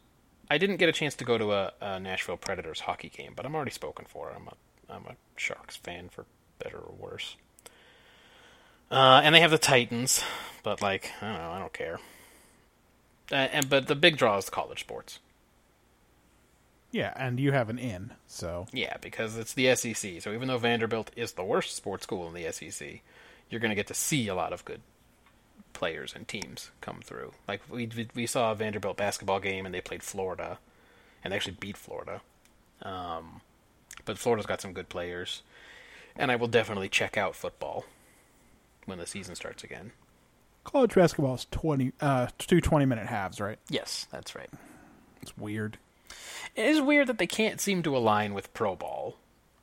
I didn't get a chance to go to a, a Nashville Predators hockey game, but I'm already spoken for. I'm a I'm a Sharks fan for better or worse. Uh, and they have the Titans, but like I don't know, I don't care. Uh, and but the big draw is the college sports. Yeah, and you have an in, so Yeah, because it's the SEC. So even though Vanderbilt is the worst sports school in the SEC, you're going to get to see a lot of good players and teams come through. Like we we- we saw a Vanderbilt basketball game and they played Florida, and they actually beat Florida. Um, but Florida's got some good players, and I will definitely check out football when the season starts again. college basketball is twenty uh two twenty minute halves, right? Yes, that's right. It's weird. It is weird that they can't seem to align with Pro Ball.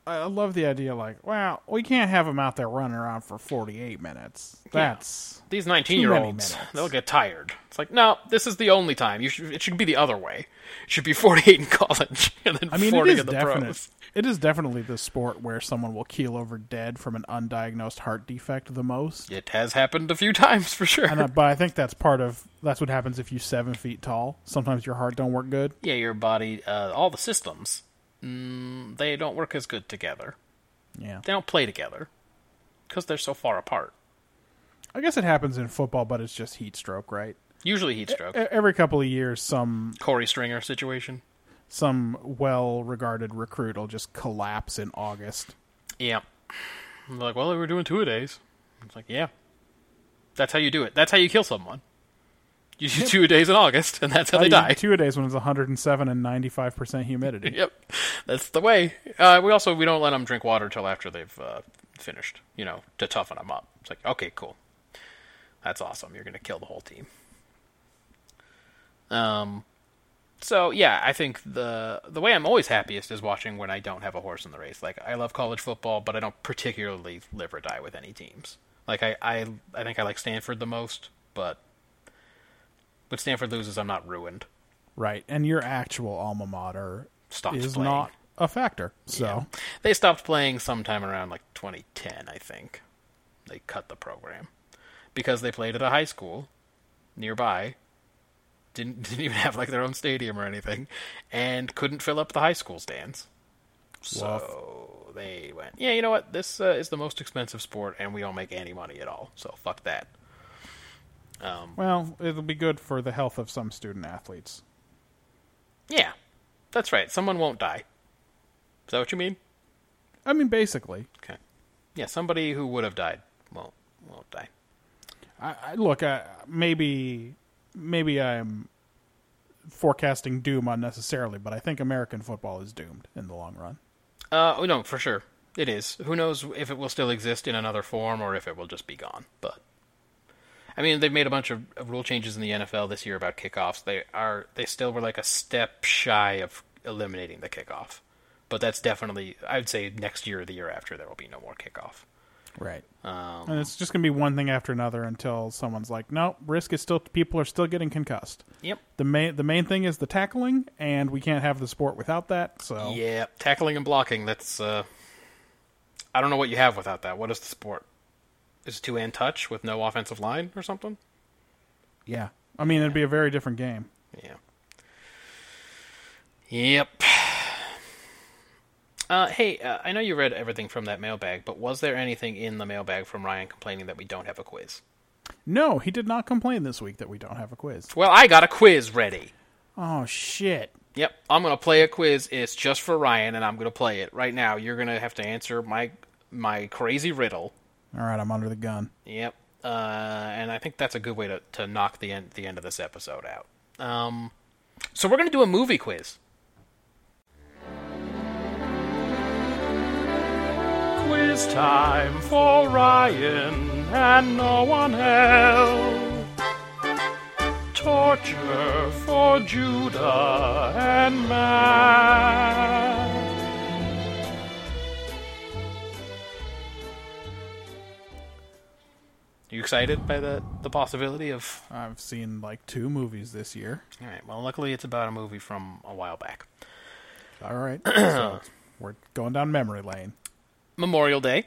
I I love the idea. Like, wow, we can't have them out there running around for forty-eight minutes. That's These 19 year olds, minutes. they'll get tired. It's like, no, this is the only time. You should, it should be the other way. It should be 48 in college [laughs] and then I mean, it 40 is in the definite. pros. It is definitely the sport where someone will keel over dead from an undiagnosed heart defect the most. It has happened a few [laughs] times for sure. And I, but I think that's part of that's what happens if you're seven feet tall. Sometimes your heart don't work good. yeah, your body, uh, all the systems, mm, they don't work as good together. Yeah, They don't play together because they're so far apart. I guess it happens in football, but it's just heat stroke, right? Usually heat stroke. E- Every couple of years, some Corey Stringer situation. some well-regarded recruit will just collapse in August. Yeah. And they're like, well, they were doing two a days. It's like, yeah. That's how you do it. That's how you kill someone. You do two a days in August, and that's how they die. Two days when it's 107 and 95 [laughs] percent [laughs] humidity. Yep, that's the way. Uh, we also we don't let them drink water till after they've uh, finished. You know, to toughen them up. It's like, okay, cool. That's awesome. You're gonna kill the whole team. Um, so yeah, I think the the way I'm always happiest is watching when I don't have a horse in the race. Like I love college football, but I don't particularly live or die with any teams. Like I I, I think I like Stanford the most, but when Stanford loses, I'm not ruined. Right, and your actual alma mater Stops is playing. not a factor. So. They stopped playing sometime around like 2010, I think. They cut the program because they played at a high school nearby. Didn't [laughs] didn't even have like their own stadium or anything, and couldn't fill up the high school stands. So they went, yeah, you know what? This uh, is the most expensive sport, and we don't make any money at all. So fuck that. Well, it'll be good for the health of some student athletes. Yeah, that's right. Someone won't die. Is that what you mean? I mean, basically, Okay. Yeah, somebody who would have died won't won't die. I, I look. I, maybe, maybe I'm forecasting doom unnecessarily, but I think American football is doomed in the long run. Uh, oh, no, for sure. It is. Who knows if it will still exist in another form or if it will just be gone. But I mean, they've made a bunch of, of rule changes in the NFL this year about kickoffs. They are they still were like a step shy of eliminating the kickoff. But that's definitely I'd say next year or the year after there will be no more kickoff. Right. and it's just gonna be one thing after another until someone's like, "No, risk is still. People are still getting concussed." Yep. The main the main thing is the tackling, and we can't have the sport without that. So Yeah, tackling and blocking, that's uh I don't know what you have without that. What is the sport? Is it two hand touch with no offensive line or something? yeah. I mean, it'd be a very different game. Yeah. Yep. [sighs] Uh, hey, uh, I know you read everything from that mailbag, but was there anything in the mailbag from Ryan complaining that we don't have a quiz? No, he did not complain this week that we don't have a quiz. Well, I got a quiz ready. Oh shit. Yep, I'm gonna play a quiz. It's just for Ryan, and I'm gonna play it right now. You're gonna have to answer my my crazy riddle. All right, I'm under the gun. Yep. Uh, and I think that's a good way to, to knock the end the end of this episode out. Um, so we're gonna do a movie quiz. Quiz time for Ryan and no one else. Torture for Judah and Matt. You excited by the, the possibility of I've seen like two movies this year. All right. Well, luckily it's about a movie from a while back. [clears throat] All right. so we're going down memory lane. Memorial Day,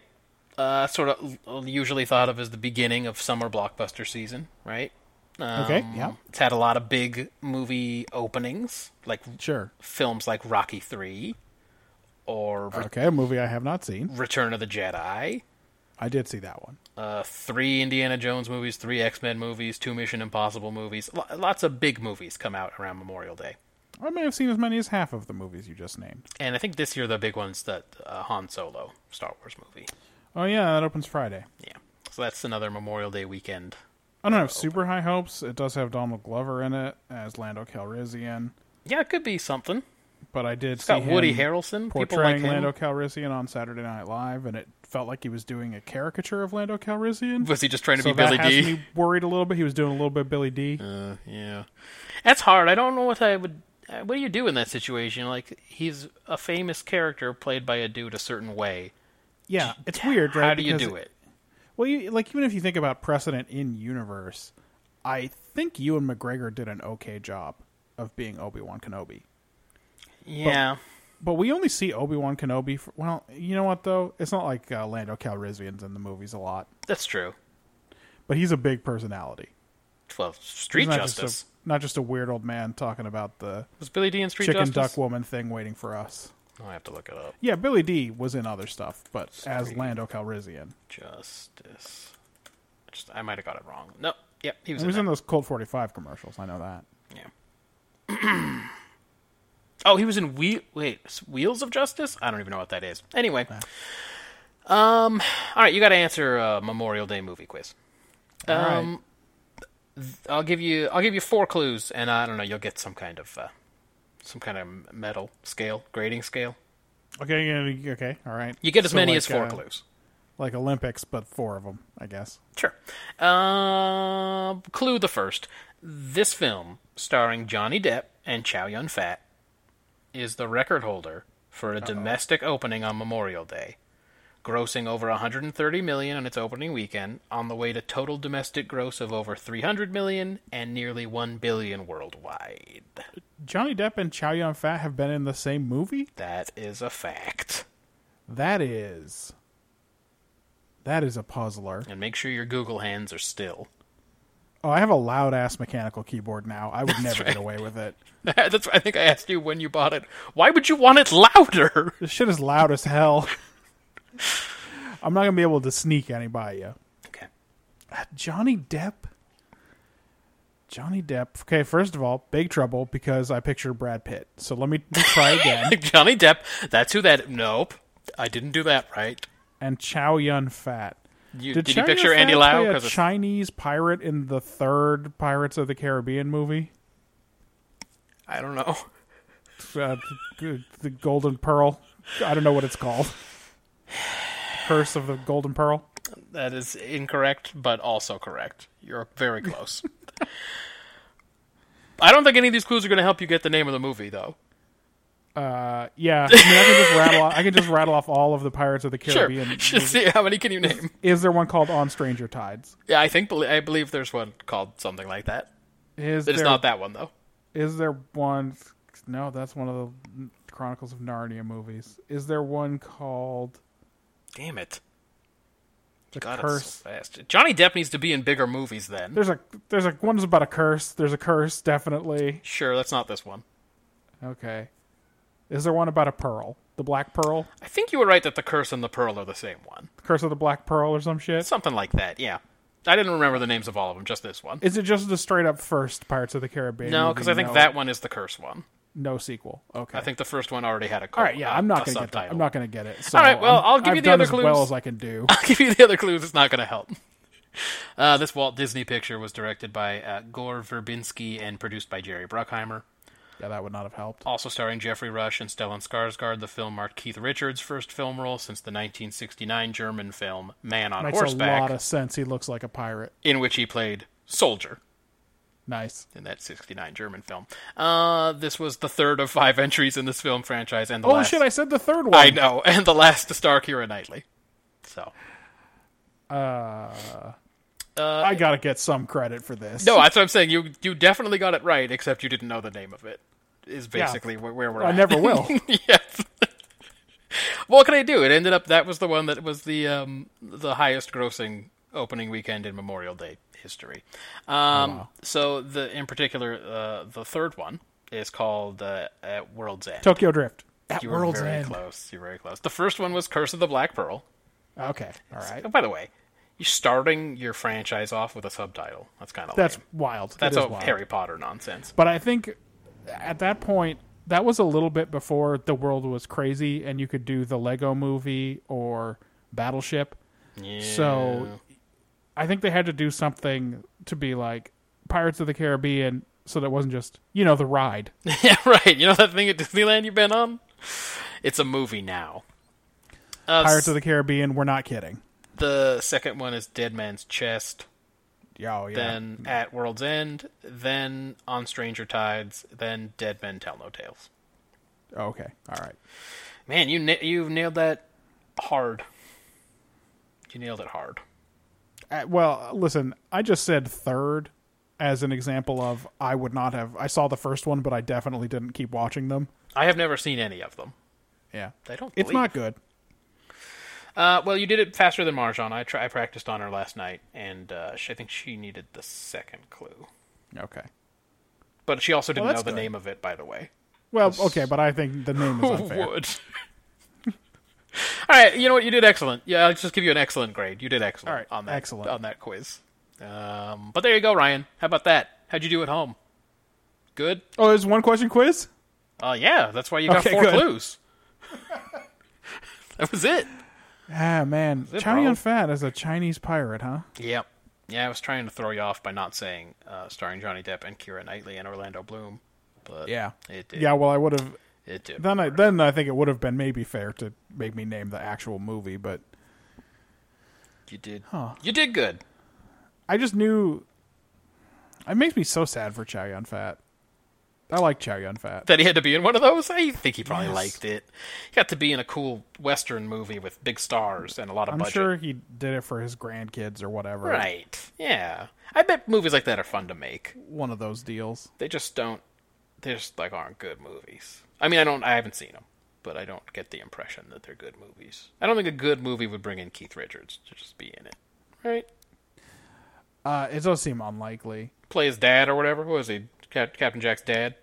uh, sort of l- usually thought of as the beginning of summer blockbuster season, right? Um, Okay, yeah. It's had a lot of big movie openings, like Sure. films like Rocky Three, or Re- Okay, a movie I have not seen. Return of the Jedi, I did see that one. uh, three Indiana Jones movies, three X Men movies, two Mission Impossible movies. Lo- lots of big movies come out around Memorial Day. I may have seen as many as half of the movies you just named. And I think this year the big one's the uh, Han Solo Star Wars movie. Oh yeah, that opens Friday. Yeah. So that's another Memorial Day weekend. I Oh, don't have super high hopes. It does have Donald Glover in it as Lando Calrissian, Yeah, it could be something. but I did It's see got Woody him Harrelson. People like portraying him. Lando Calrissian on Saturday Night Live, and it felt like he was doing a caricature of Lando Calrissian. Was he just trying to so be that Billy Uh, has D? [laughs] me worried a little bit. He was doing a little bit of Billy D. yeah. That's hard. I don't know what I would uh, what do you do in that situation? Like, he's a famous character played by a dude a certain way. Yeah, it's weird, right? How do you Because- do it? Well, you, like even if you think about precedent in universe, I think you and McGregor did an okay job of being Obi Wan Kenobi. Yeah. But we only see Obi Wan Kenobi. For, well, you know what though? It's not like uh, Lando Calrissian's in the movies a lot, That's true. but he's a big personality. Well, Street He's not Justice. Just a, not just a weird old man talking about the Was Billy D in Street chicken Justice? duck woman thing waiting for us. I'll have to look it up. Yeah, Billy D was in other stuff, but as Lando Calrissian, Justice. Just, I might have got it wrong. No. Yep, he was, he was in, in that. those Colt Forty Five commercials. I know that. Yeah. [clears throat] oh, he was in Wheel. Wait, Wheels of Justice? I don't even know what that is. Anyway. Um. All right, you got to answer a Memorial Day movie quiz. All right. Um, I'll give you. I'll give you four clues, and I don't know. You'll get some kind of, uh, some kind of metal scale, grading scale. Okay, yeah, okay, all right. You get as So, many like, as four uh, clues. like Olympics, but four of them, I guess. Sure. Um, clue the first. This film, starring Johnny Depp and Chow Yun Fat, is the record holder for a domestic opening on Memorial Day, grossing over 130 million on its opening weekend, on the way to total domestic gross of over 300 million and nearly 1 billion worldwide. Johnny Depp and Chow Yun Fat have been in the same movie. That is a fact. That is, that is a puzzler. And make sure your Google hands are still. [laughs] Oh, I have a loud ass mechanical keyboard now. I would never get away with it. That's why I think I asked you when you bought it. Why would you want it louder? [laughs] This shit is loud as hell. [laughs] I'm not gonna be able to sneak any by you. Okay. Johnny Depp. Johnny Depp. Okay, first of all, big trouble because I pictured Brad Pitt. So let me let me try [laughs] again. Johnny Depp. That's who that. Nope, I didn't do that right. and Chow Yun Fat. You, did, you Chow picture Yun-fat Andy Lau? play a Because Chinese pirate in the third Pirates of the Caribbean movie? I don't know. [laughs] Uh, the, the Golden Pearl. I don't know what it's called. Curse of the Golden Pearl. That is incorrect, but also correct. You're very close. [laughs] I don't think any of these clues are going to help you get the name of the movie, though. Uh, yeah, I, mean, I can just rattle. Off, I can just rattle off all of the Pirates of the Sure. [laughs] Caribbean. Just see how many can you name. Is there one called On Stranger Tides? Yeah, I think I believe there's one called something like that. Is It's there not that one though. Is there one? No, that's one of the Chronicles of Narnia movies. Is there one called Damn it! The God, it's Curse? so fast. Johnny Depp needs to be in bigger movies then. There's a there's a one's about a curse. There's a curse, definitely. Sure, that's not this one. Okay. Is there one about a pearl? The black pearl? I think you were right that the curse and the pearl are the same one. The curse of the black pearl or some shit? Something like that, yeah. I didn't remember the names of all of them, just this one. Is it just the straight up first Pirates of the Caribbean? no, movie? because I think no, that one is the curse one. no sequel. Okay. I think the first one already had a col- All right, yeah, uh, I'm not a gonna get that. subtitle. I'm not gonna get it. So All right, well, I'm- I'll give I've you the done other as clues. well as I can do. [laughs] I'll give you the other clues. It's not going to help. [laughs] Uh, this Walt Disney picture was directed by uh, Gore Verbinski and produced by Jerry Bruckheimer. Yeah, that would not have helped. Also starring Jeffrey Rush and Stellan Skarsgård, the film marked Keith Richards' first film role since the 1969 German film Man on Makes a Horseback, lot of sense. He looks like a pirate. in which he played Soldier. Nice. in that 69 German film. Uh, this was the third of five entries in this film franchise, and the Oh last. shit! I said the third one. I know, [laughs] and the last to star Kira Knightley. So, I gotta get some credit for this. no, that's what I'm saying. You you definitely got it right, except you didn't know the name of it. Is basically where, where we're I at. never will. [laughs] yes. what can I do? It ended up that was the one that was the um, the highest grossing opening weekend in Memorial Day history. Um, Oh, So the in particular uh, the third one is called uh, At World's End. Tokyo Drift. [laughs] At You were very close. You're very close. The first one was Curse of the Black Pearl. Okay. All right. Oh, by the way, you're starting your franchise off with a subtitle. That's kind of That's lame. wild. It that's is all wild. Harry Potter nonsense. But I think at that point, that was a little bit before the world was crazy and you could do the Lego movie or Battleship. So I think they had to do something to be like Pirates of the Caribbean so that it wasn't just, you know, the ride. [laughs] yeah, right. You know that thing at Disneyland you've been on? It's a movie now. Uh, Pirates of the Caribbean, we're not kidding. the second one is Dead Man's Chest. Yeah, oh, yeah. then at World's End, then on Stranger Tides, then Dead Men Tell No Tales. Oh, okay, all right. Man, you na- you nailed that hard. You nailed it hard. Uh, well, listen, I just said third as an example of I would not have. I saw the first one, but I definitely didn't keep watching them. I have never seen any of them. Yeah, I don't It's believe- not good. Uh, well, you did it faster than Marjan. I try, I practiced on her last night, and uh, she, I think she needed the second clue. Okay. But she also didn't Well, know that's the good. name of it, by the way. Well, okay, but I think the name [laughs] is Who unfair. would? All right, you know what? You did excellent. Yeah, I'll just give you an excellent grade. You did excellent All right, on that excellent. on that quiz. Um, but there you go, Ryan. How about that? How'd you do at home? Good. Oh, there's one question quiz. Uh, yeah, that's why you got Okay, four good. clues. [laughs] that was it. Ah man, it, Chow bro? Yun Fat is a Chinese pirate, huh? Yep. Yeah, I was trying to throw you off by not saying uh, starring Johnny Depp and Kira Knightley and Orlando Bloom, but it did. Yeah. Well, I would have it did. then. I then I think it would have been maybe fair to make me name the actual movie, but you did. You did good. I just knew. It makes me so sad for Chow Yun Fat. I like Chow Yun Fat. That he had to be in one of those. I think he probably Yes. liked it. He got to be in a cool western movie with big stars and a lot of I'm budget. sure he did it for his grandkids or whatever. Right. Yeah. I bet movies like that are fun to make. One of those deals. They just don't. They just like aren't good movies. I mean, I don't. I haven't seen them, but I don't get the impression that they're good movies. I don't think a good movie would bring in Keith Richards to just be in it. Right. Uh, it does seem unlikely. play his dad or whatever. Who is he? Cap- Captain Jack's dad.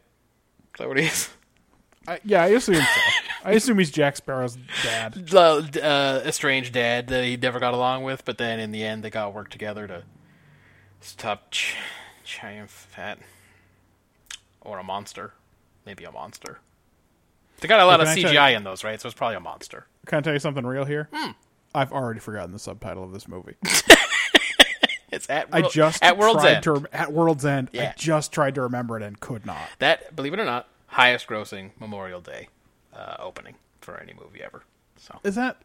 Is that what he is? [laughs] I, yeah, I assume so. I assume he's Jack Sparrow's dad. Uh, uh, estranged dad that he never got along with, but then in the end they got to work together to stop Ch- Giant Fat or a monster, maybe a monster. They got a lot Hey, of can I tell CGI in those, right? So it's probably a monster. Can I tell you something real here? Hmm. I've already forgotten the subtitle of [laughs] this movie. It's at I World- just at World's tried End. to rem- at World's End. Yeah. I just tried to remember it and could not. That, believe it or not, highest grossing Memorial Day uh, opening for any movie ever. So Is that?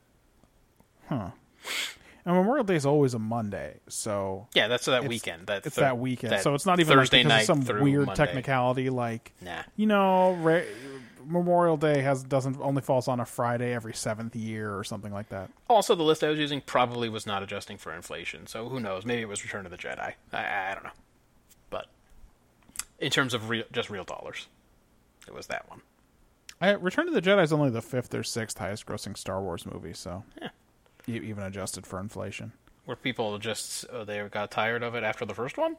Huh. And Memorial Day is always a Monday, so yeah, that's that it's- weekend. That it's thir- that weekend, that so it's not even like, Thursday because of night some through weird Monday. technicality like Nah. you know re- Memorial Day has doesn't only falls on a Friday every seventh year or something like that. Also, the list I was using probably was not adjusting for inflation, so who knows? Maybe it was Return of the Jedi. I, I don't know. But in terms of real, just real dollars, it was that one. I, Return to the Jedi is only the fifth or sixth highest grossing Star Wars movie, so e- even adjusted for inflation. Where people just uh, they got tired of it after the first one.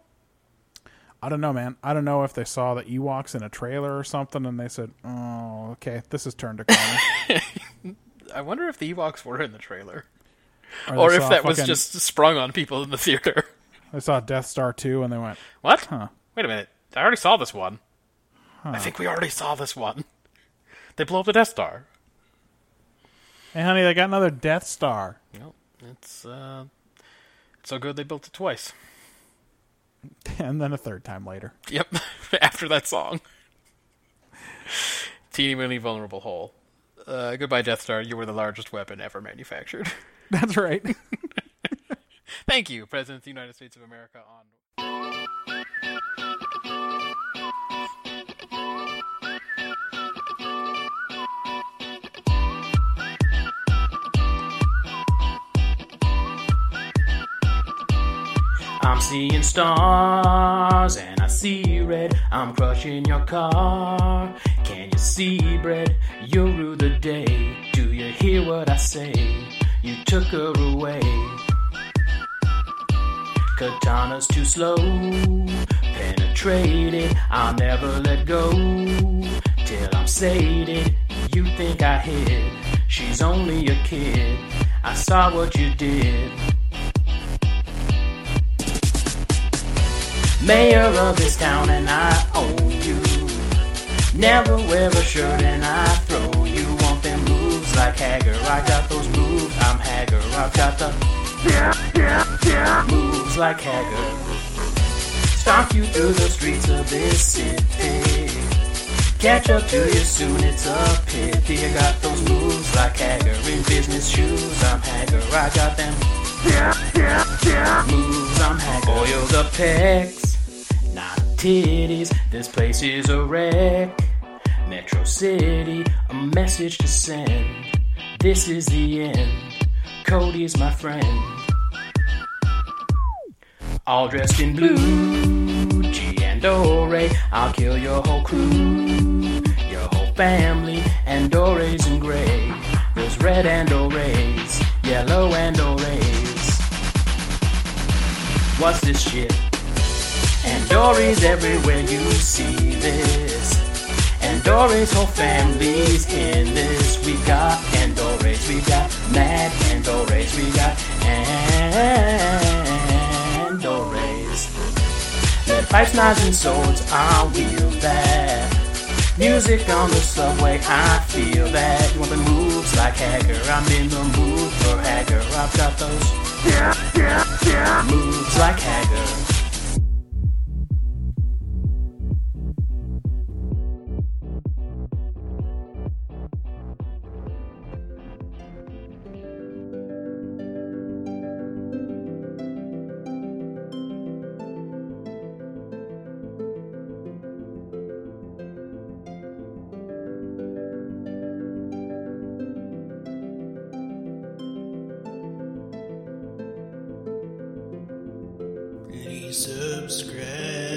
I don't know, man. I don't know if they saw the Ewoks in a trailer or something, and they said, "Oh, okay, this has turned [laughs] a corner," I wonder if the Ewoks were in the trailer, they or if saw that was fucking- just sprung on people in the theater. [laughs] They saw Death Star two, and they went, What? Huh. Wait a minute. I already saw this one. I think we already saw this one. They blow up the Death Star. "Hey, honey, they got another Death Star." [laughs] Well, it's uh, it's so good they built it twice. [laughs] and then a third time later. [laughs] Yep, [laughs] after that song. [laughs] Teeny weeny vulnerable hole. Uh, goodbye, Death Star. You were the largest weapon ever manufactured. [laughs] That's right. Thank you, President of the United States of America. On I'm seeing stars and I see red. I'm crushing your car. Can you see bread? You rue the day. Do you hear what I say? You took her away. Katana's too slow. Penetrated. I'll never let go till I'm sated. You think I hid? She's only a kid. I saw what you did. Mayor of this town and I own you. Never wear a shirt and I throw you off them moves like Hagger. I got those moves. I'm Hagger. I've got the moves like Hagger. Stomp you through the streets of this city. Catch up to you soon. It's a pity. I got those moves like Hagger in business shoes. I'm Hagger. I got them Moves, I'm hacking. Oil the pecs, not titties. This place is a wreck. Metro City, a message to send. This is the end. Cody's my friend. All dressed in blue, G and Dore. I'll kill your whole crew, your whole family, and Dore's in gray. There's red and Dore's, yellow and Dore's. What's this shit? And Dory's everywhere you see this. And Dory's whole family's in this. We got and Dory's, we got Matt and Dory's, we got and Dory's. Lead pipes, knives, and swords, I wield that. Music on the subway, I feel that. You want the moves like Hacker? I'm in the mood for Hacker. I've got those moves like Hager. Please subscribe.